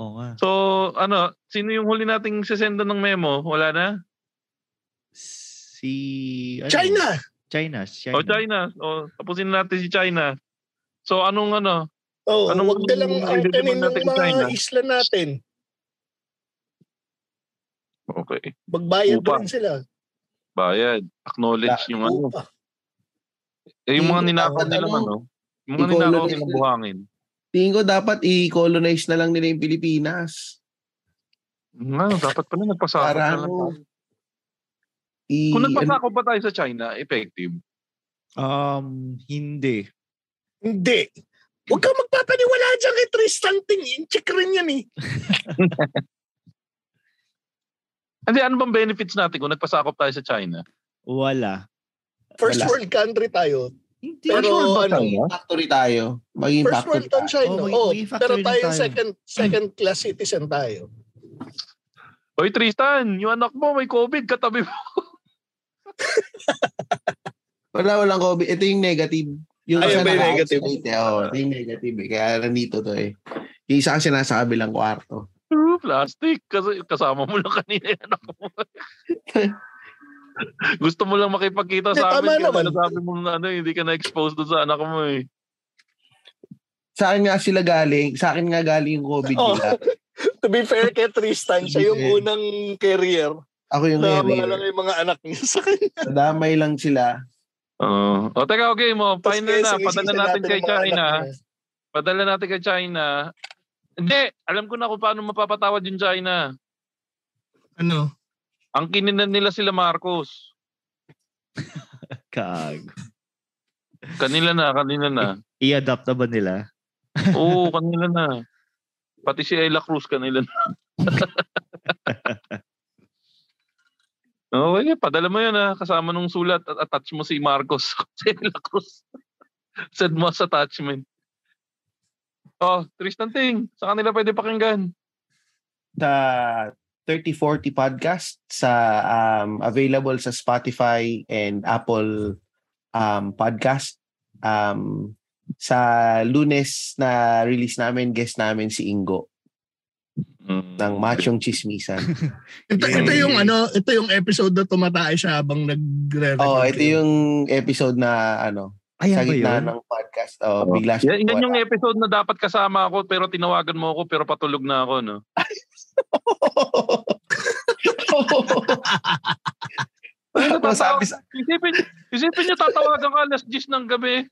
Oo nga. So, ano, sino yung huli nating sisenda ng memo? Wala na? Si... ano? China. China. Oh, China. O, Oh, China. O, tapusin na natin si China. So, anong ano? Oh, Anong- wag na lang ang kanin Diliman ng natin mga China? isla natin. Okay. Magbayad Upa. rin sila. Bayad. Acknowledge yung ano. Upa. Eh, yung mga Yung ninakaw dapat, nilang ano, ano. Yung mga ikaw ninakaw na- nilang buhangin. Tingin ko dapat i-colonize na lang nila yung Pilipinas. Nga, dapat pala Ah, nagpasakop na Para lang. ano, tayo. i- Kung ano, nagpasakop ba tayo sa China, effective. Um, hindi. Hindi. Huwag kang magpapaniwala dyan kay Tristan Ting. In-check rin yan eh. Hindi, ano bang benefits natin kung nagpasakop tayo sa China? Wala. First Wala. world country tayo. Hindi. Pero ano, tayo? factory tayo. Maging first factory world tayo. country. Oh, no? may- Oh, may factory pero din tayo tayo. second second class citizen tayo. Hoy Tristan, yung anak mo may COVID, katabi mo. Wala, walang COVID. Ito yung negative. Yung Ay, isa yung may naka-isolate negative. Eh. Oo, ito yung negative eh. Kaya nandito to eh. Yung isa kasi nasa kabilang kwarto. "Ooh, Plastic, kasi kasama mo lang kanina yung anak mo. Gusto mo lang makipagkita Hindi, sa amin. tama kaya naman. Sinasabi mo na ano, hindi ka na-expose doon sa anak mo eh. Sa akin nga sila galing. Sa akin nga galing yung COVID Oh. nila. To be fair kay Tristan, siya yung Yeah. unang career Ako yung na ngayon. wala yung mga anak niya sa kanya. Damay lang sila. Oo. o teka, okay mo. Tapos Final kaya na. sinisisi Padala natin kay yung mga China. ah. anak niya. Padala natin kay China. Hindi. Alam ko na kung paano mapapatawad yung China. Ano? Ang kininan nila sila Marcos. Kag. Kanila na, kanila na. I-adapt na ba nila? Oo, kanila na. Pati si Ella Cruz kanila. oh, eh, padala mo yan ah. Kasama nung sulat at attach mo si Marcos. si Ella Cruz. Send mo as attachment. Oh, Tristan Ting, sa kanila pwede pakinggan. Sa 3040 podcast sa um, available sa Spotify and Apple um, podcast. Um, sa lunes na release namin, guest namin si Ingo Mm. ng Machong Chismisan. Ito, Yeah. Hmm. ito yung ano, ito yung episode na tumatay siya habang nagre-record. oh, ito yung episode na ano, sa Ayan ba gitna yun? ng podcast. Oh, Oo. bigla siya. Yan, yan yung wala. episode na dapat kasama ako pero tinawagan mo ako pero patulog na ako, no? sabi, sa- Isipin, isipin nyo tatawagan ka alas 10 ng gabi.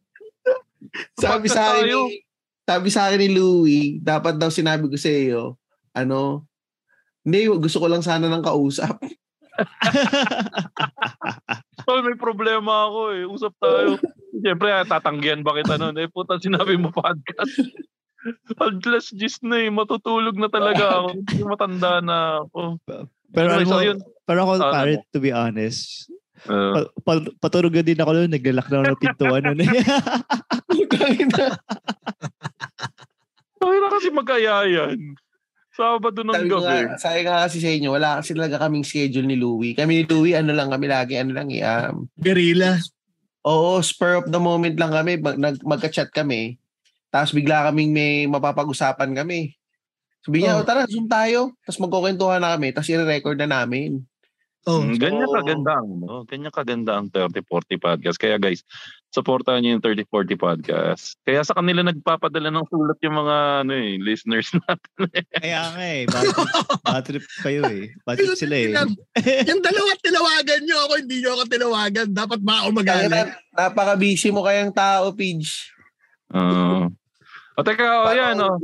sabi sa akin ni, sabi sa akin ni Louie, dapat daw sinabi ko sa iyo, ano, hindi, gusto ko lang sana ng kausap. Tol, may problema ako eh. Usap tayo. Siyempre, ah, tatanggihan ba kita nun? Eh, puta, sinabi mo podcast. Alas 10 na eh. Matutulog na talaga ako. Matanda na ako. Pero alam mo, Anyway, so yun. pero ako, Ah, pare, to be honest, Ah. pa- pa- patulog na din ako noon, naglalak na ako ng pintuan eh. noon. Tawira kasi mag-ayayan. Sabado ng Sabi ko gabi. nga, sabi ko nga kasi sa inyo, wala kasi talaga kaming schedule ni Louie. Kami ni Louie, ano lang kami lagi, ano lang, eh, um, Guerrilla. oo, spur of the moment lang kami, mag, nag, magka-chat kami, tapos bigla kaming may mapapag-usapan kami. Sabi niya, Oo. "O, tara, zoom tayo, tapos magkukwentuhan na kami, tapos i-record na namin. Oh, Mm, ganyan so- kaganda ang oh, ganyan kaganda ang 3040 podcast. Kaya guys, supportahan niyo yung 3040 podcast. Kaya sa kanila nagpapadala ng sulat yung mga ano eh, listeners natin. Kaya nga eh, bad trip, bad trip kayo eh. Bad trip sila eh. yung dalawa tinawagan nyo ako, hindi nyo ako tinawagan. Dapat ba ako magalit? Kaya na, napaka-busy mo kayang tao, Pidge. Oo. o teka, o yan Parang- o.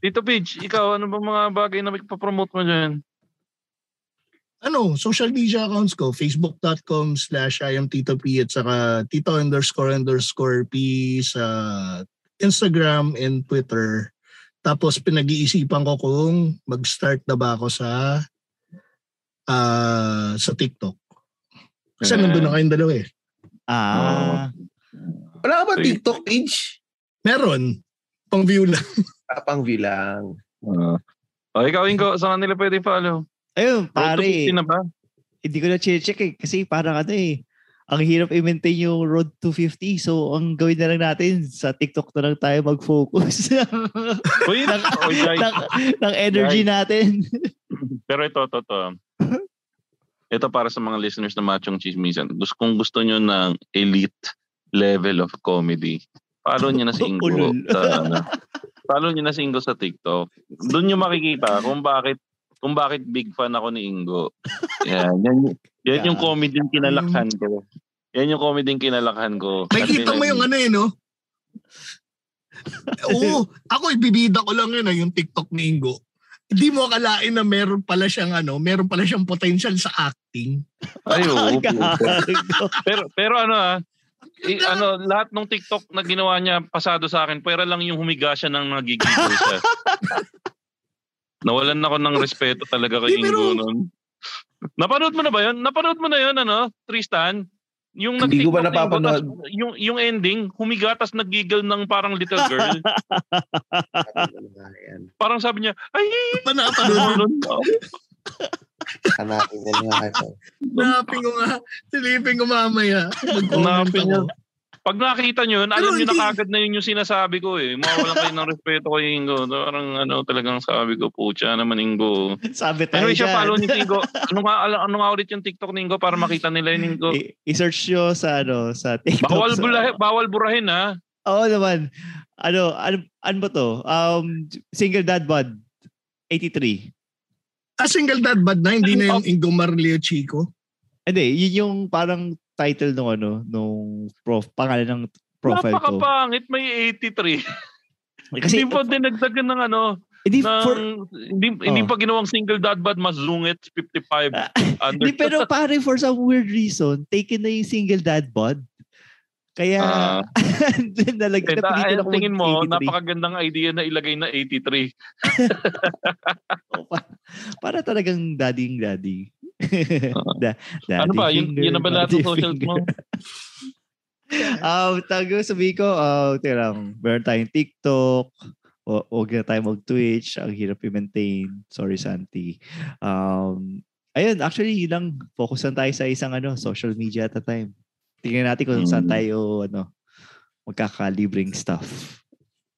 Tito Pidge, ikaw, ano ba mga bagay na magpapromote mo dyan? Ano, social media accounts ko, facebook.com slash I am Tito P at saka Tito underscore underscore P sa Instagram and Twitter. Tapos pinag-iisipan ko kung mag-start na ba ako sa ah, sa TikTok. Kasi Eh. nandun na kayong dalawa eh. Ah, Wala ka ba Sige. TikTok, Pidge? Meron. Pang view lang. Tapang bilang. Oo. o ikaw, Ingo, sa kanila pwede follow? ayun, Road to pare. 50 na ba? hindi ko na check eh. Kasi parang ano eh, ang hirap i-maintain yung road to 50. So, ang gawin na lang natin, sa TikTok na lang tayo mag-focus ng, Uy, oh, guys. ng energy natin. Pero ito, ito, ito. Ito para sa mga listeners na machong chismisan. Gusto kung gusto nyo ng elite level of comedy, follow nyo na si Ingo. Ulul. sa, ano, follow nyo na si Ingo sa TikTok. Doon nyo makikita kung bakit kung bakit big fan ako ni Ingo. Yan, yan, yan Yeah. yung comedy yung kinalakhan ko. Yan yung comedy yung kinalakhan ko. At Nakikita yun mo ang- yung ano eh, no? Oo. Ako, ibibida ko lang yun, ah, yung TikTok ni Ingo. Hindi mo akalain na meron pala siyang ano, meron pala siyang potential sa acting. Ay, oo. Gago. pero, pero ano ah, i- ano, lahat ng TikTok na ginawa niya pasado sa akin, pera lang yung humiga siya ng nagigigil siya. Nawalan ako ng respeto talaga kay Di, pero- Ingo noon. Napanood mo na ba yun? Napanood mo na yun, ano, Tristan? Yung Hindi nag-TikTok ko pa na Ingo, napapanood. tas yung, yung ending, humiga tas nagigil ng parang little girl. parang sabi niya, ay, Panapanood mo. ano, Hanapin ko na nga ito. Hanapin ko nga. Silipin ko mamaya. Mag-comment Hanapin ako. Pag nakita nyo yun, Pero alam nyo na hindi- kagad na yun yung sinasabi ko eh. Mawalan kayo ng respeto kay Ingo. Parang ano talagang sabi ko, putya naman Ingo. Sabi tayo Anyway, dyan. siya follow ni Ingo. Ano nga, ala- ano nga ulit yung TikTok ni Ingo para makita nila yung Ingo. I- I-search nyo sa, ano, sa TikTok. Bawal, eh, sa- bulahe, bawal burahin ha. Oo naman. Ano, ano, ano ba to? Um, single dad bod. 83. Ah, single dad bad na. Hindi na yung Ingo Marleo Chico. Hindi, yun yung parang title nung ano, nung prof, pangalan ng profile ko. Napakapangit, may 83. Kasi, Hindi pa dinagdagan ng ano, hindi, ng, for, hindi, hindi Oh. pa ginawang single dad bad, mas lungit, 55. Ah, under. Di, pero pare, for some weird reason, taken na yung single dad bod. Kaya, Ah. nalagyan na Eh, ta- pilitin eh, ako tingin mo, mag- 83. napakagandang idea na ilagay na 83. Pa- para talagang daddy daddy. da, daddy ano ba? Yun, Ah, finger, yun na ba lahat ng daddy socials finger. mo? Ah, tago sabi ko, ah, teka lang, meron tayong TikTok, o- huwag na tayo mag-Twitch, ang hirap i-maintain. Sorry, Santi. Um, ayun, actually, yun lang, focus lang tayo sa isang ano, social media at a time. Tingnan natin kung saan Mm. tayo ano, magkakalibring stuff.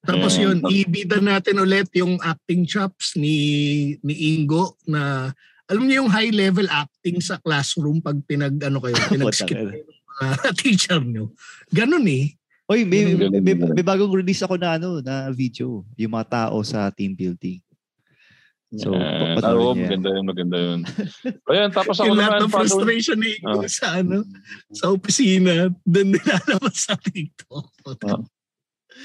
Tapos Yeah. yun, ibida natin ulit yung acting chops ni ni Ingo na alam niyo yung high level acting sa classroom pag pinag ano kayo, pinag-skip Putang kayo ng mga teacher niyo. Ganun eh. Oy, may, Ganun, may, may, ganun. may bagong release ako na ano, na video, yung mga tao sa team building. So, Yan. papatuloy Ah, Oo, niya. maganda yun, maganda yun. Ayun, tapos ako Yung lahat naman, ng follow, frustration ni Ingo Ah. sa ano, sa opisina, doon nilalabas sa TikTok.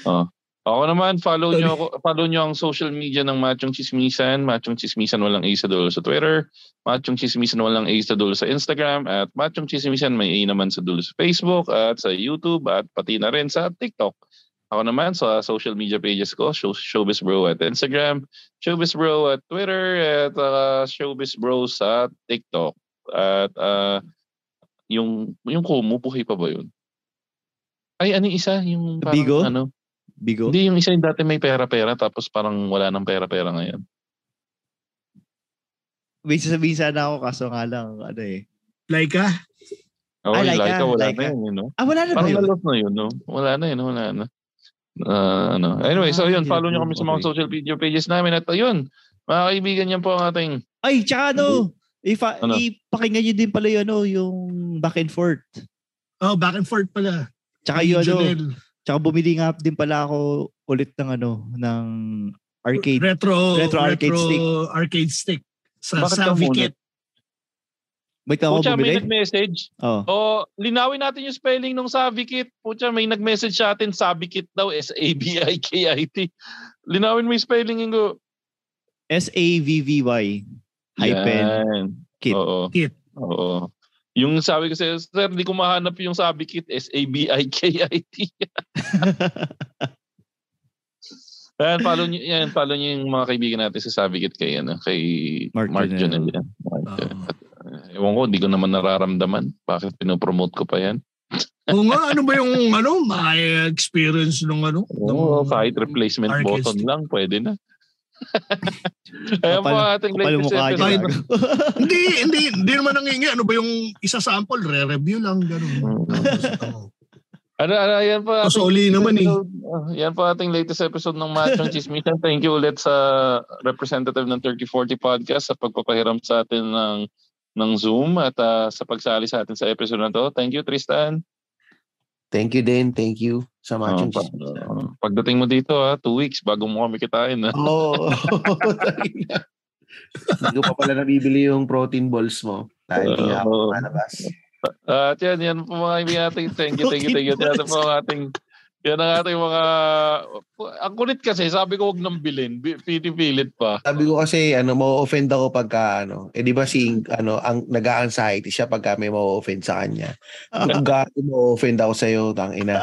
Ah. ako naman, follow nyo, ako, follow nyo ang social media ng Machong Chismisan, Machong Chismisan walang A sa dulo sa Twitter, Machong Chismisan walang A sa dulo sa Instagram, at Machong Chismisan may A naman sa dulo sa Facebook, at sa YouTube, at pati na rin sa TikTok. Ako naman sa social media pages ko, Show, Showbiz Bro at Instagram, Showbiz Bro at Twitter, at uh, Showbiz Bro sa TikTok. At uh, yung yung Kumu, buhay pa ba yun? Ay, ano yung isa? Yung parang, Bigo? ano? Bigo? Hindi, yung isa yung dati may pera-pera tapos parang wala nang pera-pera ngayon. May sasabihin sana ako, kaso nga lang, ano eh. Like ah, Oh, Ah, yung Laika, Laika, wala Laika. na yun, you know? Ah, wala na ba Parang yun? nalos na yun, no? Wala na yun, wala na. Ah, ano. Anyway, so Ah, yun, hindi follow na nyo kami sa mga okay. social media pages namin at yun, mga kaibigan, yan po ang ating Ay, tsaka ano, ifa, Ano? ipakinggan nyo din pala yun, ano, yung back and forth. oh, back and forth pala. Tsaka yun, ano, Janelle, tsaka bumili nga din pala ako ulit ng ano, ng arcade. Retro, Retro arcade stick. arcade stick. Sa, Bakit ka sa muna? Wicket. Ba't ka ako Pucha, Oh, may bumili? Oh, nag-message. Oo. O, linawin natin yung spelling nung sabikit. Pucha, may nag-message sa atin, sabikit daw, S-A-B-I-K-I-T. Linawin mo yung spelling, Ingo. S-A-V-V-Y. Hyphen. Yan. Kit. Oo. Kit. Oo. Yung sabi ko sa'yo, sir, di ko mahanap yung sabi kit, S-A-B-I-K-I-T. Ayan, follow nyo, yan, follow nyo yung mga kaibigan natin sa sabi kit kay, ano, kay Mark Mark, Junel. Junel. yan. Mark Ah. Junel. Ewan ko, di ko naman nararamdaman. Bakit pinopromote ko pa yan? Oo nga, ano ba yung ano, my experience nung ano? Oo, nung- kahit replacement Mark button Junel. lang, pwede na. Ayan po ang ating Kapal latest mukha niya. episode. gago. hindi, hindi, hindi naman nangingi. Ano ba yung isa sample? Re-review lang, gano'n. Oh. Mm. Ano, ano, ayan po. ang Mas uli Ano naman eh. episode. Ah, yan po ating latest episode ng Machong Chismisan. Thank you ulit sa representative ng 3040 Podcast sa pagpapahiram sa atin ng ng Zoom at ah, sa pagsali sa atin sa episode na to. Thank you, Tristan. Thank you din. Thank you sa Ah, Machong pa- Chismisan. ah, pagdating mo dito, ah, two weeks bago mo kami kitain. ah. Oo. Hindi ko pa pala nabibili yung protein balls mo. Dahil hindi nga Oo. ako malabas. At yan, yan po mga kaibigan natin. Thank you, thank you, thank you. Yan po ang ating, yan ang ating mga, ang kulit kasi, sabi ko huwag nang bilhin. Bi- Pinipilit pa. Sabi ko kasi, ano, ma-offend ako pagka, ano, eh di ba si, ano, ang nag-anxiety siya pagka may ma-offend sa kanya. Kung gato ma-offend ako sa'yo, tang ina.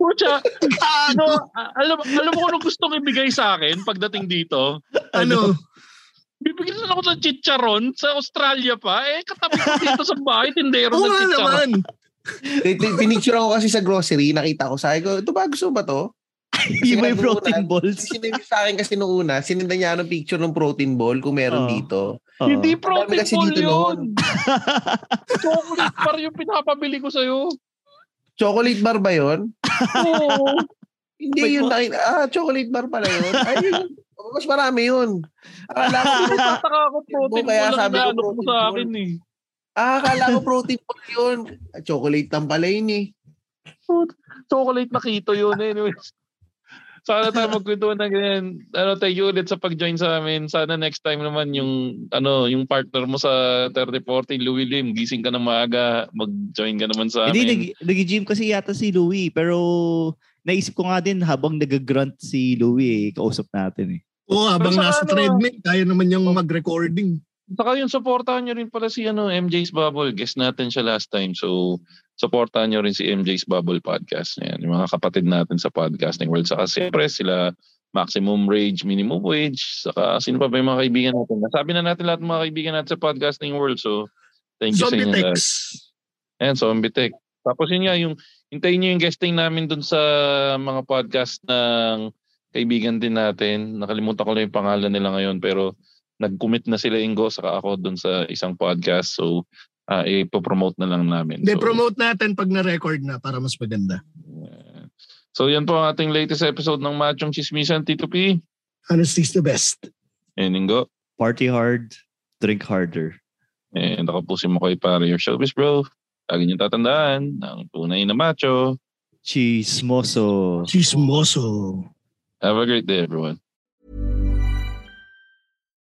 Pucha, Gago! no, alam, alam mo kung anong gustong ibigay sa akin pagdating dito? Ano? Bibigyan na ako ng chicharon sa Australia pa. Eh, katabi ko dito sa bahay, tindero Oo ng nga chicharon. naman. Tin- tin- Pinicture ako kasi sa grocery, nakita ko, sabi ko, ito ba, gusto mo ba to? Hindi may Kasi protein nung balls. Sinindi sa akin kasi nung una, sinindan niya ng picture ng protein ball kung meron Oo. dito. Oo. Hindi Ang dami protein kasi ball dito yun. Chocolate bar yung pinapabili ko sa'yo. Chocolate bar ba yun? Oo. May Hindi yun, nakin- ah, chocolate bar pala yun. Ay, yun, mas marami yun. Akala ko, Tataka ako protein Kaya ball ang sabi ko inaanok mo protein sa ball. akin eh. ah, akala ko protein ball yun. Ah, Chocolate lang pala yun eh. Chocolate na keto yun. Anyways. Sana tayo magkwentuhan na ganyan. Ano, thank you ulit sa pag-join sa amin. Sana next time naman yung ano yung partner mo sa 3040, Louie Lim, gising ka na maaga, mag-join ka naman sa Hindi, amin. nag, nag-gym kasi yata si Louie. Pero naisip ko nga din habang nag-grunt si Louie, eh, kausap natin eh. Oo, habang Pero sa nasa ano, treadmill, kaya naman yung mag-recording. Saka yung supportahan nyo rin pala si ano, MJ's Bubble. Guest natin siya last time. So, supportahan nyo rin si MJ's Bubble podcast. Yan, yung mga kapatid natin sa podcasting world. Saka siyempre sila maximum wage, minimum wage. Saka sino pa ba yung mga kaibigan natin? Nasabi na natin lahat ng mga kaibigan natin sa podcasting world. So, thank you sa Zombie inyo lahat. Tex. Ayan, Zombie Tech. Tapos yun nga, yung, hintayin nyo yung guesting namin dun sa mga podcast ng kaibigan din natin. Nakalimutan ko lang yung pangalan nila ngayon pero nag-commit na sila Ingo saka ako dun sa isang podcast. So, ah, ipopromote na lang namin. Hindi, so, promote natin pag na-record na para mas maganda. yeah. So, yan po ang ating latest episode ng Machong Chismisan, Tito P. Honesty's the best. And Ingo. Party hard, drink harder. And ako po si Mukoy para your showbiz bro. Lagi niyong tatandaan, ang tunay na macho. Chismoso. Chismoso. Have a great day, everyone.